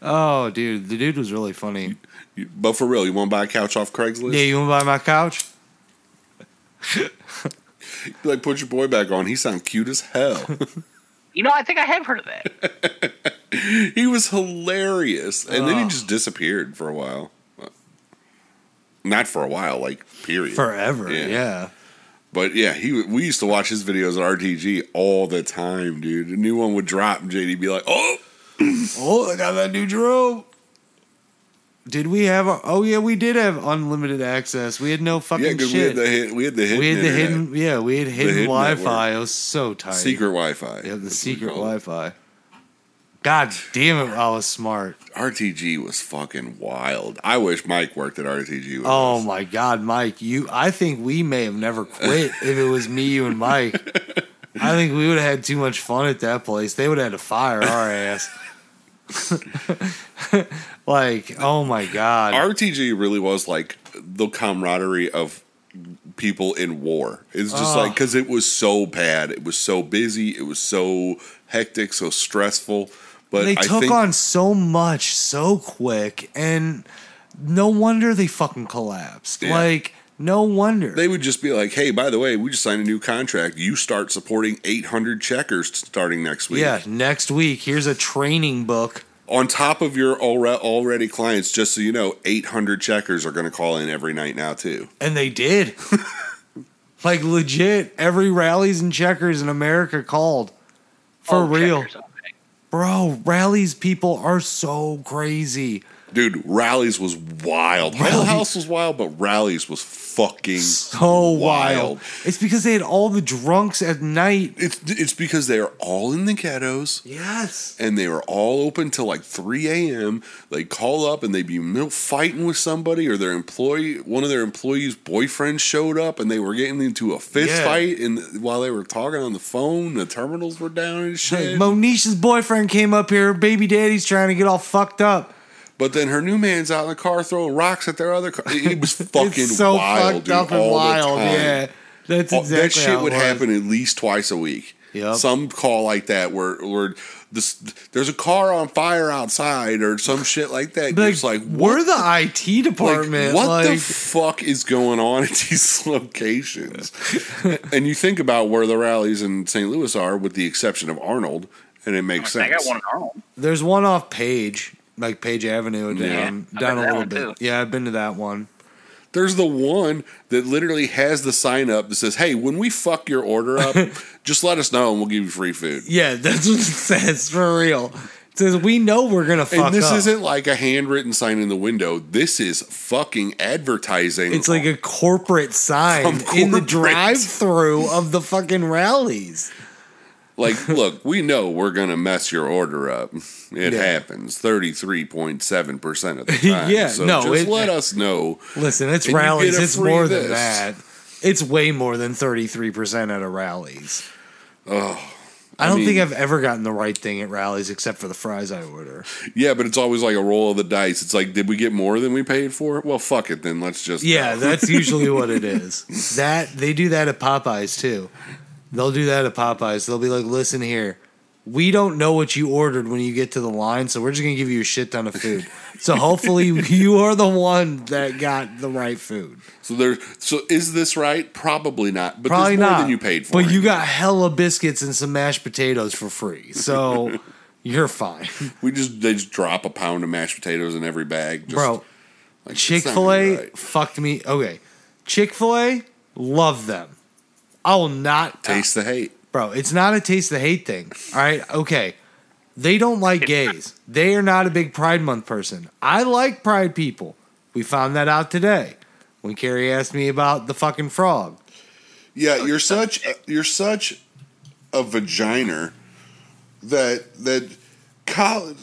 Oh, dude, the dude was really funny. You- But for real, you want to buy a couch off Craigslist? Yeah, you want to buy my couch? Like, put your boy back on. He sound cute as hell. You know, I think I have heard of that. he was hilarious, and then he Oh. just disappeared for a while. Not for a while, like period. Forever. Yeah. Yeah. But yeah, he we used to watch his videos at RTG all the time, dude. A new one would drop, and JD be like, "Oh, Oh, I got that new drone. Did we have? Our, oh yeah, we did have unlimited access. We had no fucking yeah, because we had shit. the hit, we had the hidden, we had the internet. hidden. Yeah, we had hidden, hidden Wi-Fi. network. It was so tight. secret Wi-Fi." Yeah, the That's what we secret called it. Wi-Fi. God damn it! I was smart. RTG was fucking wild. I wish Mike worked at RTG. with Oh us. my God, Mike! You, I think we may have never quit if it was me, you, and Mike. I think we would have had too much fun at that place. They would have had to fire our ass. like, oh my God, RTG really was like the camaraderie of people in war. It's just like Ah. because it was so bad, it was so busy, it was so hectic, so stressful. But they I took think, on so much so quick, and no wonder they fucking collapsed. Yeah. Like, no wonder. They would just be like, "Hey, by the way, we just signed a new contract. You start supporting 800 checkers starting next week. yeah, next week here's a training book. On top of your alre- already clients, just so you know, 800 checkers are going to call in every night now too. And they did. like legit, every rallies and checkers in America called. For Oh, real. checkers, okay. Bro, rallies people are so crazy. Dude, Rallies was wild. Whole House was wild, but Rallies was fucking So wild. It's because they had all the drunks at night. It's it's because they are all in the ghettos Yes. and they were all open till like 3 a.m. They call up and they'd be middle fighting with somebody, or their employee, one of their employees' boyfriends showed up, and they were getting into a fist Yeah. fight. And while they were talking on the phone, the terminals were down and Hey, shit. Monisha's boyfriend came up here. Baby daddy's trying to get all fucked up. but then her new man's out in the car throwing rocks at their other car. It was fucking it's so wild, fucked dude. up and all wild. the time. Yeah. That's All- exactly that shit how it would was. happen at least twice a week. Yep. Some call like that where where this there's a car on fire outside or some shit like that. You're Like, just like we're what the IT department. Like, what the Like, fuck is going on at these locations? and you think about where the rallies in St. Louis are, with the exception of Arnold, and it makes I sense. got one at home. there's one off Page, like Page Avenue down, Yeah, down I've been to a that little one, bit. too. Yeah, I've been to that one. There's the one that literally has the sign up that says, "Hey, when we fuck your order up, just let us know and we'll give you free food." Yeah, that's what it says for real. It says we know we're gonna fuck And this up. isn't like a handwritten sign in the window. This is fucking advertising. It's like a corporate sign From in the corporate. drive-through of the fucking rallies. like, look, we know we're gonna mess your order up. It Yeah. happens thirty three point seven percent of the time. Yeah, so no, just it- let us know. Listen, it's And you rallies. get a It's free more than this. that. It's way more than thirty-three percent at a rallies. Oh, I don't think mean- I've ever gotten the right thing at rallies except for the fries I order. Yeah, but it's always like a roll of the dice. It's like, did we get more than we paid for? Well, fuck it then. Let's just Yeah, go. that's usually what it is. That they do that at Popeyes too. They'll do that at Popeyes. They'll be like, "Listen here, we don't know what you ordered when you get to the line, so we're just gonna give you a shit ton of food. So hopefully you are the one that got the right food. so there. So is this right? Probably not. But Probably there's more not. than you paid for. but you got hella biscuits and some mashed potatoes for free. So you're fine, we just they just drop a pound of mashed potatoes in every bag, just, bro. like, it's not Chick fil A right. fucked me. Okay, Chick fil A, love them. I will not Taste the hate. Bro, it's not a taste the hate thing. All right. Okay. They don't like gays. They are not a big Pride Month person. I like Pride people. We found that out today when Carrie asked me about the fucking frog. Yeah, Oh, you're such a, you're such a vagina that that Col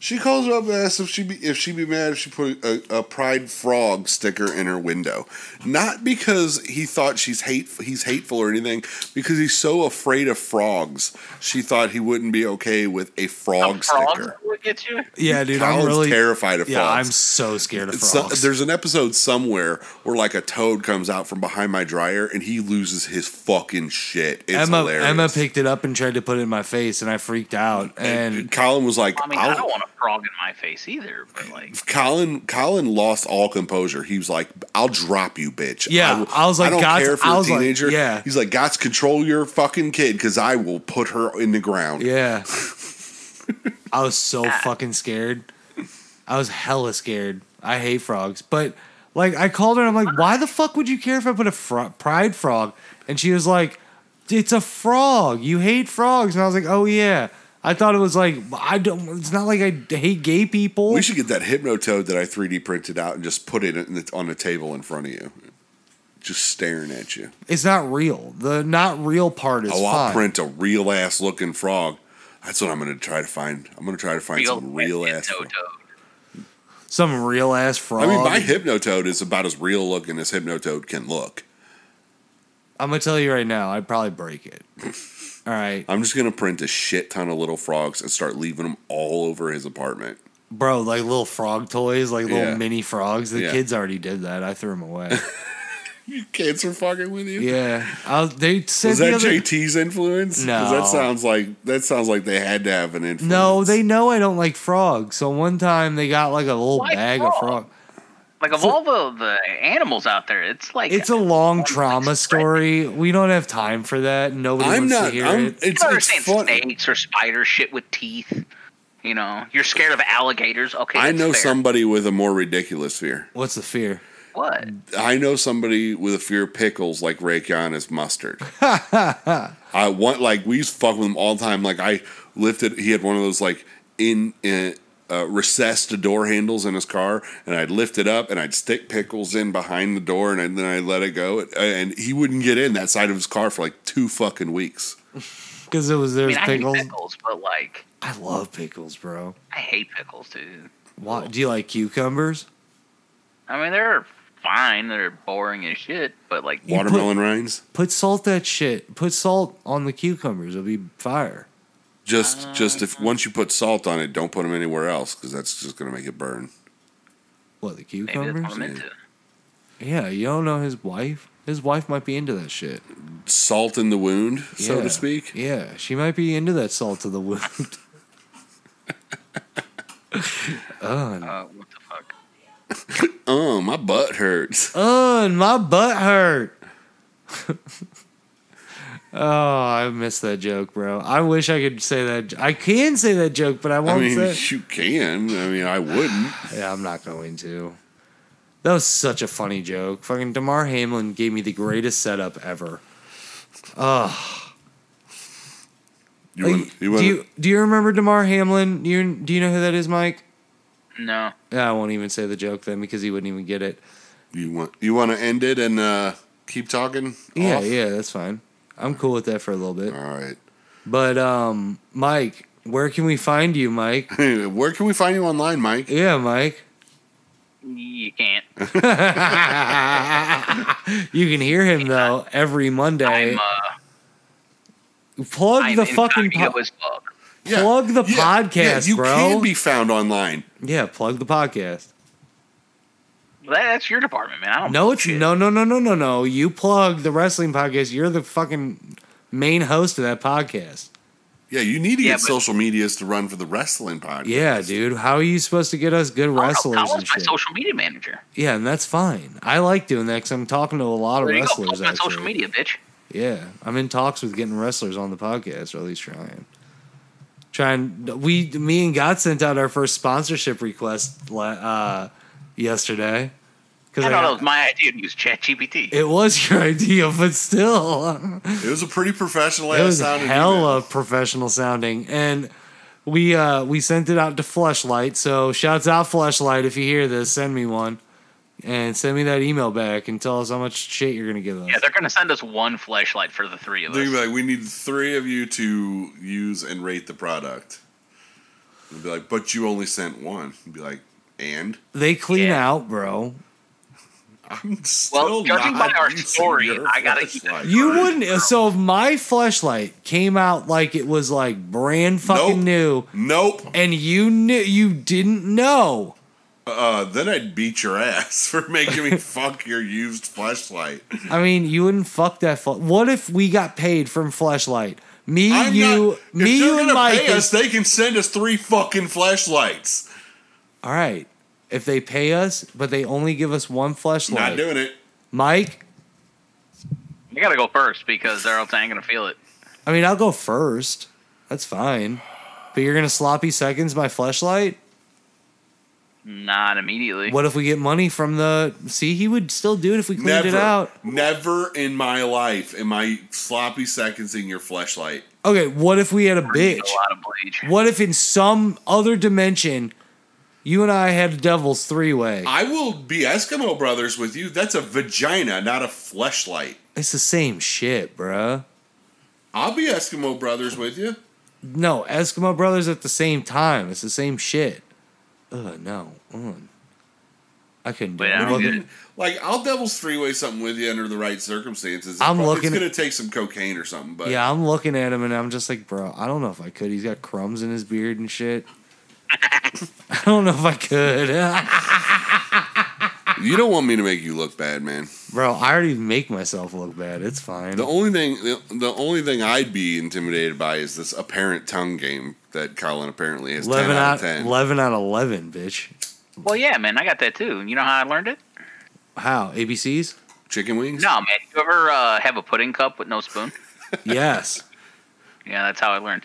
she calls her up and asks if she be if she be mad if she put a, a pride frog sticker in her window, not because he thought she's hate he's hateful or anything, because he's so afraid of frogs. She thought he wouldn't be okay with a frog, Frogs sticker. would get you. Yeah, dude. I'm Colin's really terrified of Yeah, frogs. I'm so scared of So- frogs. there's an episode somewhere where like a toad comes out from behind my dryer and he loses his fucking shit. It's Emma hilarious. Emma picked it up and tried to put it in my face, and I freaked out. And Colin was like, I mean, I I'll- don't want a frog in my face either, but like, Colin, Colin lost all composure. He was like, "I'll drop you, bitch." Yeah, will- I was like, "Gots," I was like, yeah. he's like, "Gots, control your fucking kid, because I will put her in the ground." yeah, I was so Ah. fucking scared. I was hella scared. I hate frogs, but like I called her and I'm like, "Why the fuck would you care if I put a fro- pride frog?" And she was like, "It's a frog. You hate frogs." And I was like, "Oh yeah." I thought it was like I don't. It's not like I d- hate gay people. We should get that hypnotoad that I 3D printed out and just put it in the, on the table in front of you, just staring at you. it's not real. The not real part is oh, I'll fine. print a real ass looking frog. That's what I'm going to try to find. I'm going to try to find some real ass. frog. Some real ass I frog. mean, my hypnotoad is about as real looking as hypnotoad can look. I'm gonna tell you right now, I'd probably break it. All right, I'm just gonna print a shit ton of little frogs and start leaving them all over his apartment. bro, like little frog toys, like little Yeah. mini frogs. The Yeah. kids already did that. I threw them away. You kids are fucking with you. yeah, I was, they said Was the that other. JT's influence? 'Cause No. that sounds like that sounds like they had to have an influence. no, they know I don't like frogs. So one time they got like a little Why bag of frog? frog. Like of all the, the animals out there, it's like It's a long trauma story. We don't have time for that. Nobody I'm wants not. to hear I'm, it. it's, you don't it's understand fun. snakes or spider shit with teeth. You know, you're scared of alligators. Okay, I that's know fair. somebody with a more ridiculous fear. What's the fear? What? I know somebody with a fear of pickles like Raycon is mustard. I want like we used to fuck with him all the time. Like I lifted, he had one of those like in, in uh, recessed door handles in his car, and I'd lift it up and I'd stick pickles in behind the door, and then I'd let it go, and he wouldn't get in that side of his car for like two fucking weeks. Because it was I there's mean, I hate pickles. pickles, but like, I love pickles, bro. I hate pickles, dude. Why, do you like cucumbers? I mean, they're fine. They're boring as shit, but like, put- Watermelon rinds, Put salt that shit. Put salt on the cucumbers. It'll be fire. just just if once you put salt on it, don't put them anywhere else because that's just gonna make it burn. What the maybe that's what cucumbers? I'm into. Yeah, you don't know his wife. His wife might be into that shit, Salt in the wound, so Yeah. to speak. Yeah, she might be into that salt of the wound. Uh, what the fuck? Oh, my butt hurts. Oh, and my butt hurt. oh, I missed that joke, bro. I wish I could say that. j- I can say that joke, but I I won't mean, say. you can. I mean, I wouldn't. Yeah, I'm not going to. That was such a funny joke. Fucking Damar Hamlin gave me the greatest setup ever. You Like, wouldn't. You do wouldn't. you do you remember Damar Hamlin? You do you know who that is, Mike? No, I won't even say the joke then because he wouldn't even get it. You want you want to end it and uh, keep talking? Yeah, off? yeah, that's fine. I'm cool with that for a little bit. All right. But um, Mike, where can we find you, Mike? Where can we find you online, Mike? Yeah, Mike. you can't. You can hear him though every Monday. I'm, uh, plug I'm the fucking incognito po- as fuck. plug the podcast, you bro. can be found online. yeah, plug the podcast. That, that's your department, man. I don't. No, it's shit. no, no, no, no, no, no. You plug the wrestling podcast. You're the fucking main host of that podcast. Yeah, you need to Yeah, get but- social medias to run for the wrestling podcast. Yeah, dude. How are you supposed to get us good I don't know. wrestlers Colin's and my shit? social media manager. Yeah, and that's fine. I like doing that because I'm talking to a lot of There you go. wrestlers. Post on Actually, social media, bitch. yeah, I'm in talks with getting wrestlers on the podcast, or at least trying. Trying we, me and God sent out our first sponsorship request la- uh, yesterday because I thought it was my idea to use ChatGPT. it was your idea, but still, It was a pretty professional it ass was sound. hella professional sounding, and we uh, we sent it out to Fleshlight. So shouts out Fleshlight if you hear this, send me one, and send me that email back and tell us how much shit you're gonna give us. Yeah, they're gonna send us one flashlight for the three of us. Think about it, we need three of you to use and rate the product. And be like, but you only sent one. And be like, and They clean Yeah. out, bro. I'm Well, still judging by not our using story, your I gotta keep it- flashlight. You wouldn't. So if my flashlight came out like it was like brand fucking new, Nope. and you knew you didn't know. Uh, then I'd beat your ass for making me fuck your used flashlight. I mean, you wouldn't fuck that. Fl- what if we got paid from flashlight? Me, I'm you, not- me, if they're you, and gonna Mike. Pay and- us, they can send us three fucking flashlights. All right. If they pay us, but they only give us one Not flashlight, doing it. Mike. I gotta go first because or else I ain't gonna feel it. I mean, I'll go first. That's fine. But you're gonna sloppy seconds my flashlight. Not immediately. What if we get money from the? See, he would still do it if we cleaned Never, it out. never in my life am I sloppy seconds in your flashlight. Okay, what if we had a Need bitch? A lot of bleach. What if in some other dimension, you and I had a devil's three way? I will be Eskimo brothers with you. That's a vagina, not a fleshlight. It's the same shit, bruh. I'll be Eskimo brothers with you. No, Eskimo brothers at the same time. It's the same shit. Ugh, no. Mm. I couldn't do Wait, I it. don't Look get at- it. Like I'll devil's three way something with you under the right circumstances. It's I'm prob- looking- It's gonna take some cocaine or something, but yeah, I'm looking at him and I'm just like, bro, I don't know if I could. He's got crumbs in his beard and shit. I don't know if I could. you don't want me to make you look bad, man. bro, I already make myself look bad. It's fine. The only thing, the, the only thing I'd be intimidated by is this apparent tongue game that Colin apparently has 11 ten out out, of ten. 11 out of 11, bitch. Well, yeah, man, I got that too. You know how I learned it? How? ABCs? Chicken wings? No, man. You ever uh, have a pudding cup with no spoon? Yes. Yeah, that's how I learned.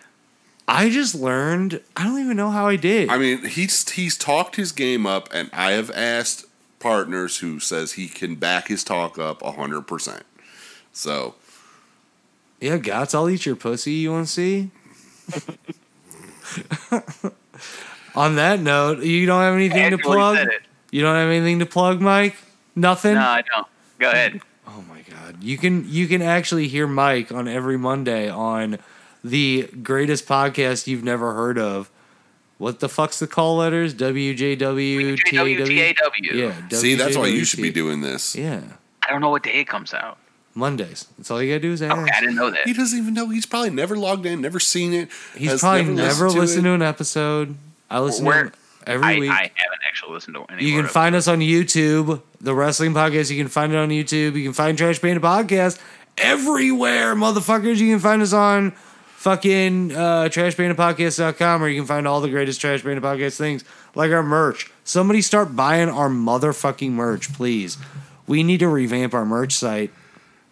I just learned. I don't even know how I did. I mean, he's he's talked his game up, and I have asked partners who says he can back his talk up hundred percent. So yeah, Gots, I'll eat your pussy. You want to see? On that note, you don't have anything to Andrew plug. already said it. You don't have anything to plug, Mike. Nothing. No, I don't. Go ahead. Oh my god. You can you can actually hear Mike on every Monday on the greatest podcast you've never heard of. What the fuck's the call letters? WJW WJWTAW. Yeah. See, that's why you should be WJWT. doing this. Yeah. I don't know what day it comes out. Mondays. That's all you gotta do is ask. Okay, I didn't know that. He doesn't even know. He's probably never logged in, never seen it. He's has probably never listened it. to an episode. I listen Where- to him every I, week. I haven't actually listened to any. you word can of it. find us on YouTube, the wrestling podcast. You can find it on YouTube. You can find Trash Panda Podcast everywhere, motherfuckers. You can find us on fucking uh, trashpandapodcast.com where you can find all the greatest Trash Panda Podcast things, like our merch. Somebody start buying our motherfucking merch, please. We need to revamp our merch site.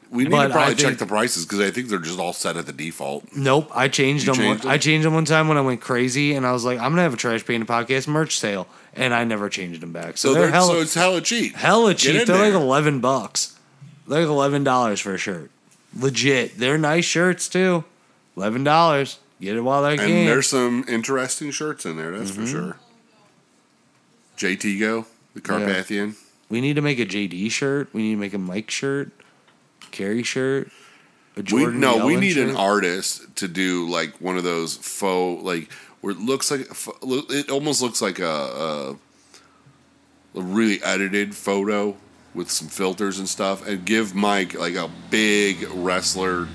We need but to I probably think- check the prices because I think they're just all set at the default. Nope, I changed You them. changed them? I changed them one time when I went crazy, and I was like, "I'm gonna have a trash panda podcast merch sale," and I never changed them back. So, So they're, they're, so hella, it's hella cheap. hella cheap. in They're like there. eleven bucks. They're like eleven dollars for a shirt. Legit. They're nice shirts too. Eleven dollars. Get it while they and can. there's some interesting shirts in there, that's for Mm-hmm. sure. JT Go, the Carpathian. We need to make a JD shirt. We need to make a Mike shirt, Carrie shirt, a We Jordan. no, we Yellen need an shirt. artist to do like one of those faux like where it looks like fo- lo- it almost looks like a, a, a really edited photo with some filters and stuff, and give Mike like a big wrestler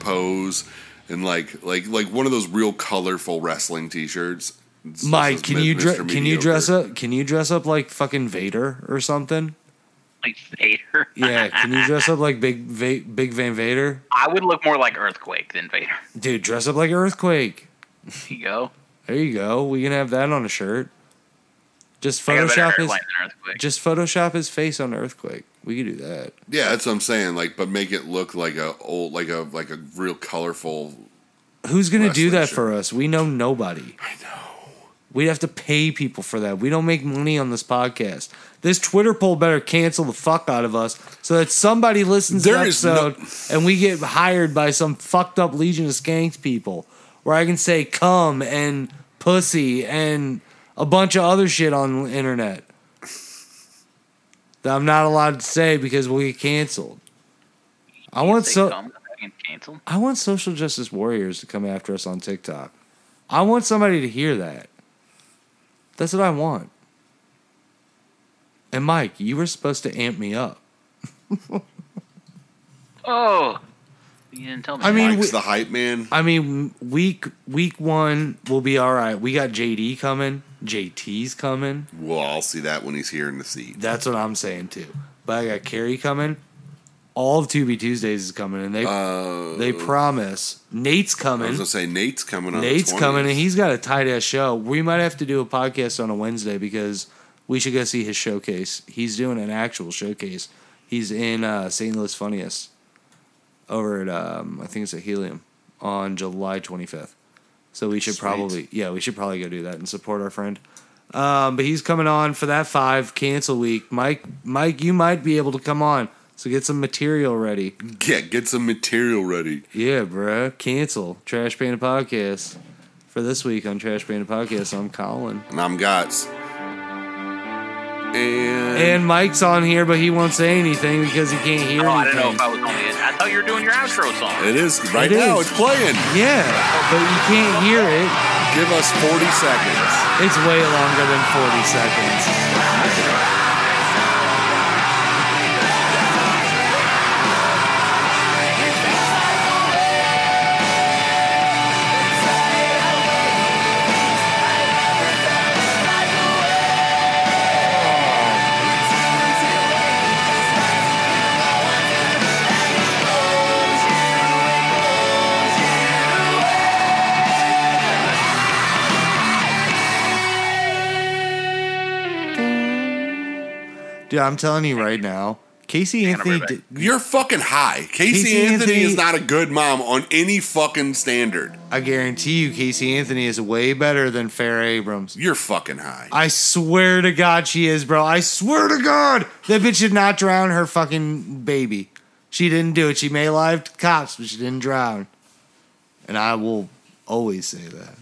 pose and like like like one of those real colorful wrestling T-shirts. It says Mike, can Mi- you dre- Mr. can you dress Mediocre. up? Can you dress up like fucking Vader or something? like Vader. Yeah, can you dress up like Big Va- Big Van Vader? I would look more like Earthquake than Vader. Dude, dress up like Earthquake. There you go. There you go. We can have that on a shirt. Just I got a better Photoshop hairline his than Earthquake. just Photoshop his face on Earthquake. We could do that. Yeah, that's what I'm saying. Like, but make it look like a old, like a like a real colorful. Who's gonna do Wrestling that shirt. for us? We know nobody. I know. We'd have to pay people for that. We don't make money on this podcast. This Twitter poll better cancel the fuck out of us so that somebody listens to There the is no- episode and we get hired by some fucked up Legion of Skanks people where I can say cum and pussy and a bunch of other shit on the internet that I'm not allowed to say because we'll get canceled. I want Say so something, I can cancel. I want social justice warriors to come after us on TikTok. I want somebody to hear that. That's what I want. And Mike, you were supposed to amp me up. Oh, you didn't tell me. I that. mean, Mike's we- the hype man. I mean, week week one will be all right. We got JD coming, JT's coming. Well, I'll see that when he's here in the seat. That's what I'm saying too. But I got Carrie coming. All of Two B Tuesdays is coming, and they Uh, they promise Nate's I was coming. gonna say Nate's coming on. the Nate's 20th. coming and he's got a tight ass show. We might have to do a podcast on a Wednesday because we should go see his showcase. He's doing an actual showcase. He's in uh, St. Louis Funniest over at um, I think it's at Helium on July 25th. So we should probably yeah we should probably go do that and support our friend. Um, but he's coming on for that five cancel week. Mike Mike you might be able to come on. So get some material ready. Yeah, get some material ready. Yeah, bruh. Cancel Trash Panda Podcast for this week on Trash Panda Podcast. I'm Colin. And I'm Gots. And, And Mike's on here, but he won't say anything because he can't hear oh, I don't anything. know if I was on it. I thought you were doing your outro song. it is right It now. is. It's playing. yeah, but you can't hear it. Give us 40 seconds. It's way longer than 40 seconds. Dude, I'm telling you right now, Casey Hannah Anthony. Burbank. Did, You're fucking high. Casey, Casey Anthony, Anthony- is not a good mom on any fucking standard. I guarantee you, Casey Anthony is way better than Fair Abrams. You're fucking high. I swear to God, she is, bro. I swear to God, that bitch did not drown her fucking baby. She didn't do it. She may have lied to cops, but she didn't drown. And I will always say that.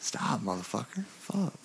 Stop, motherfucker. Fuck.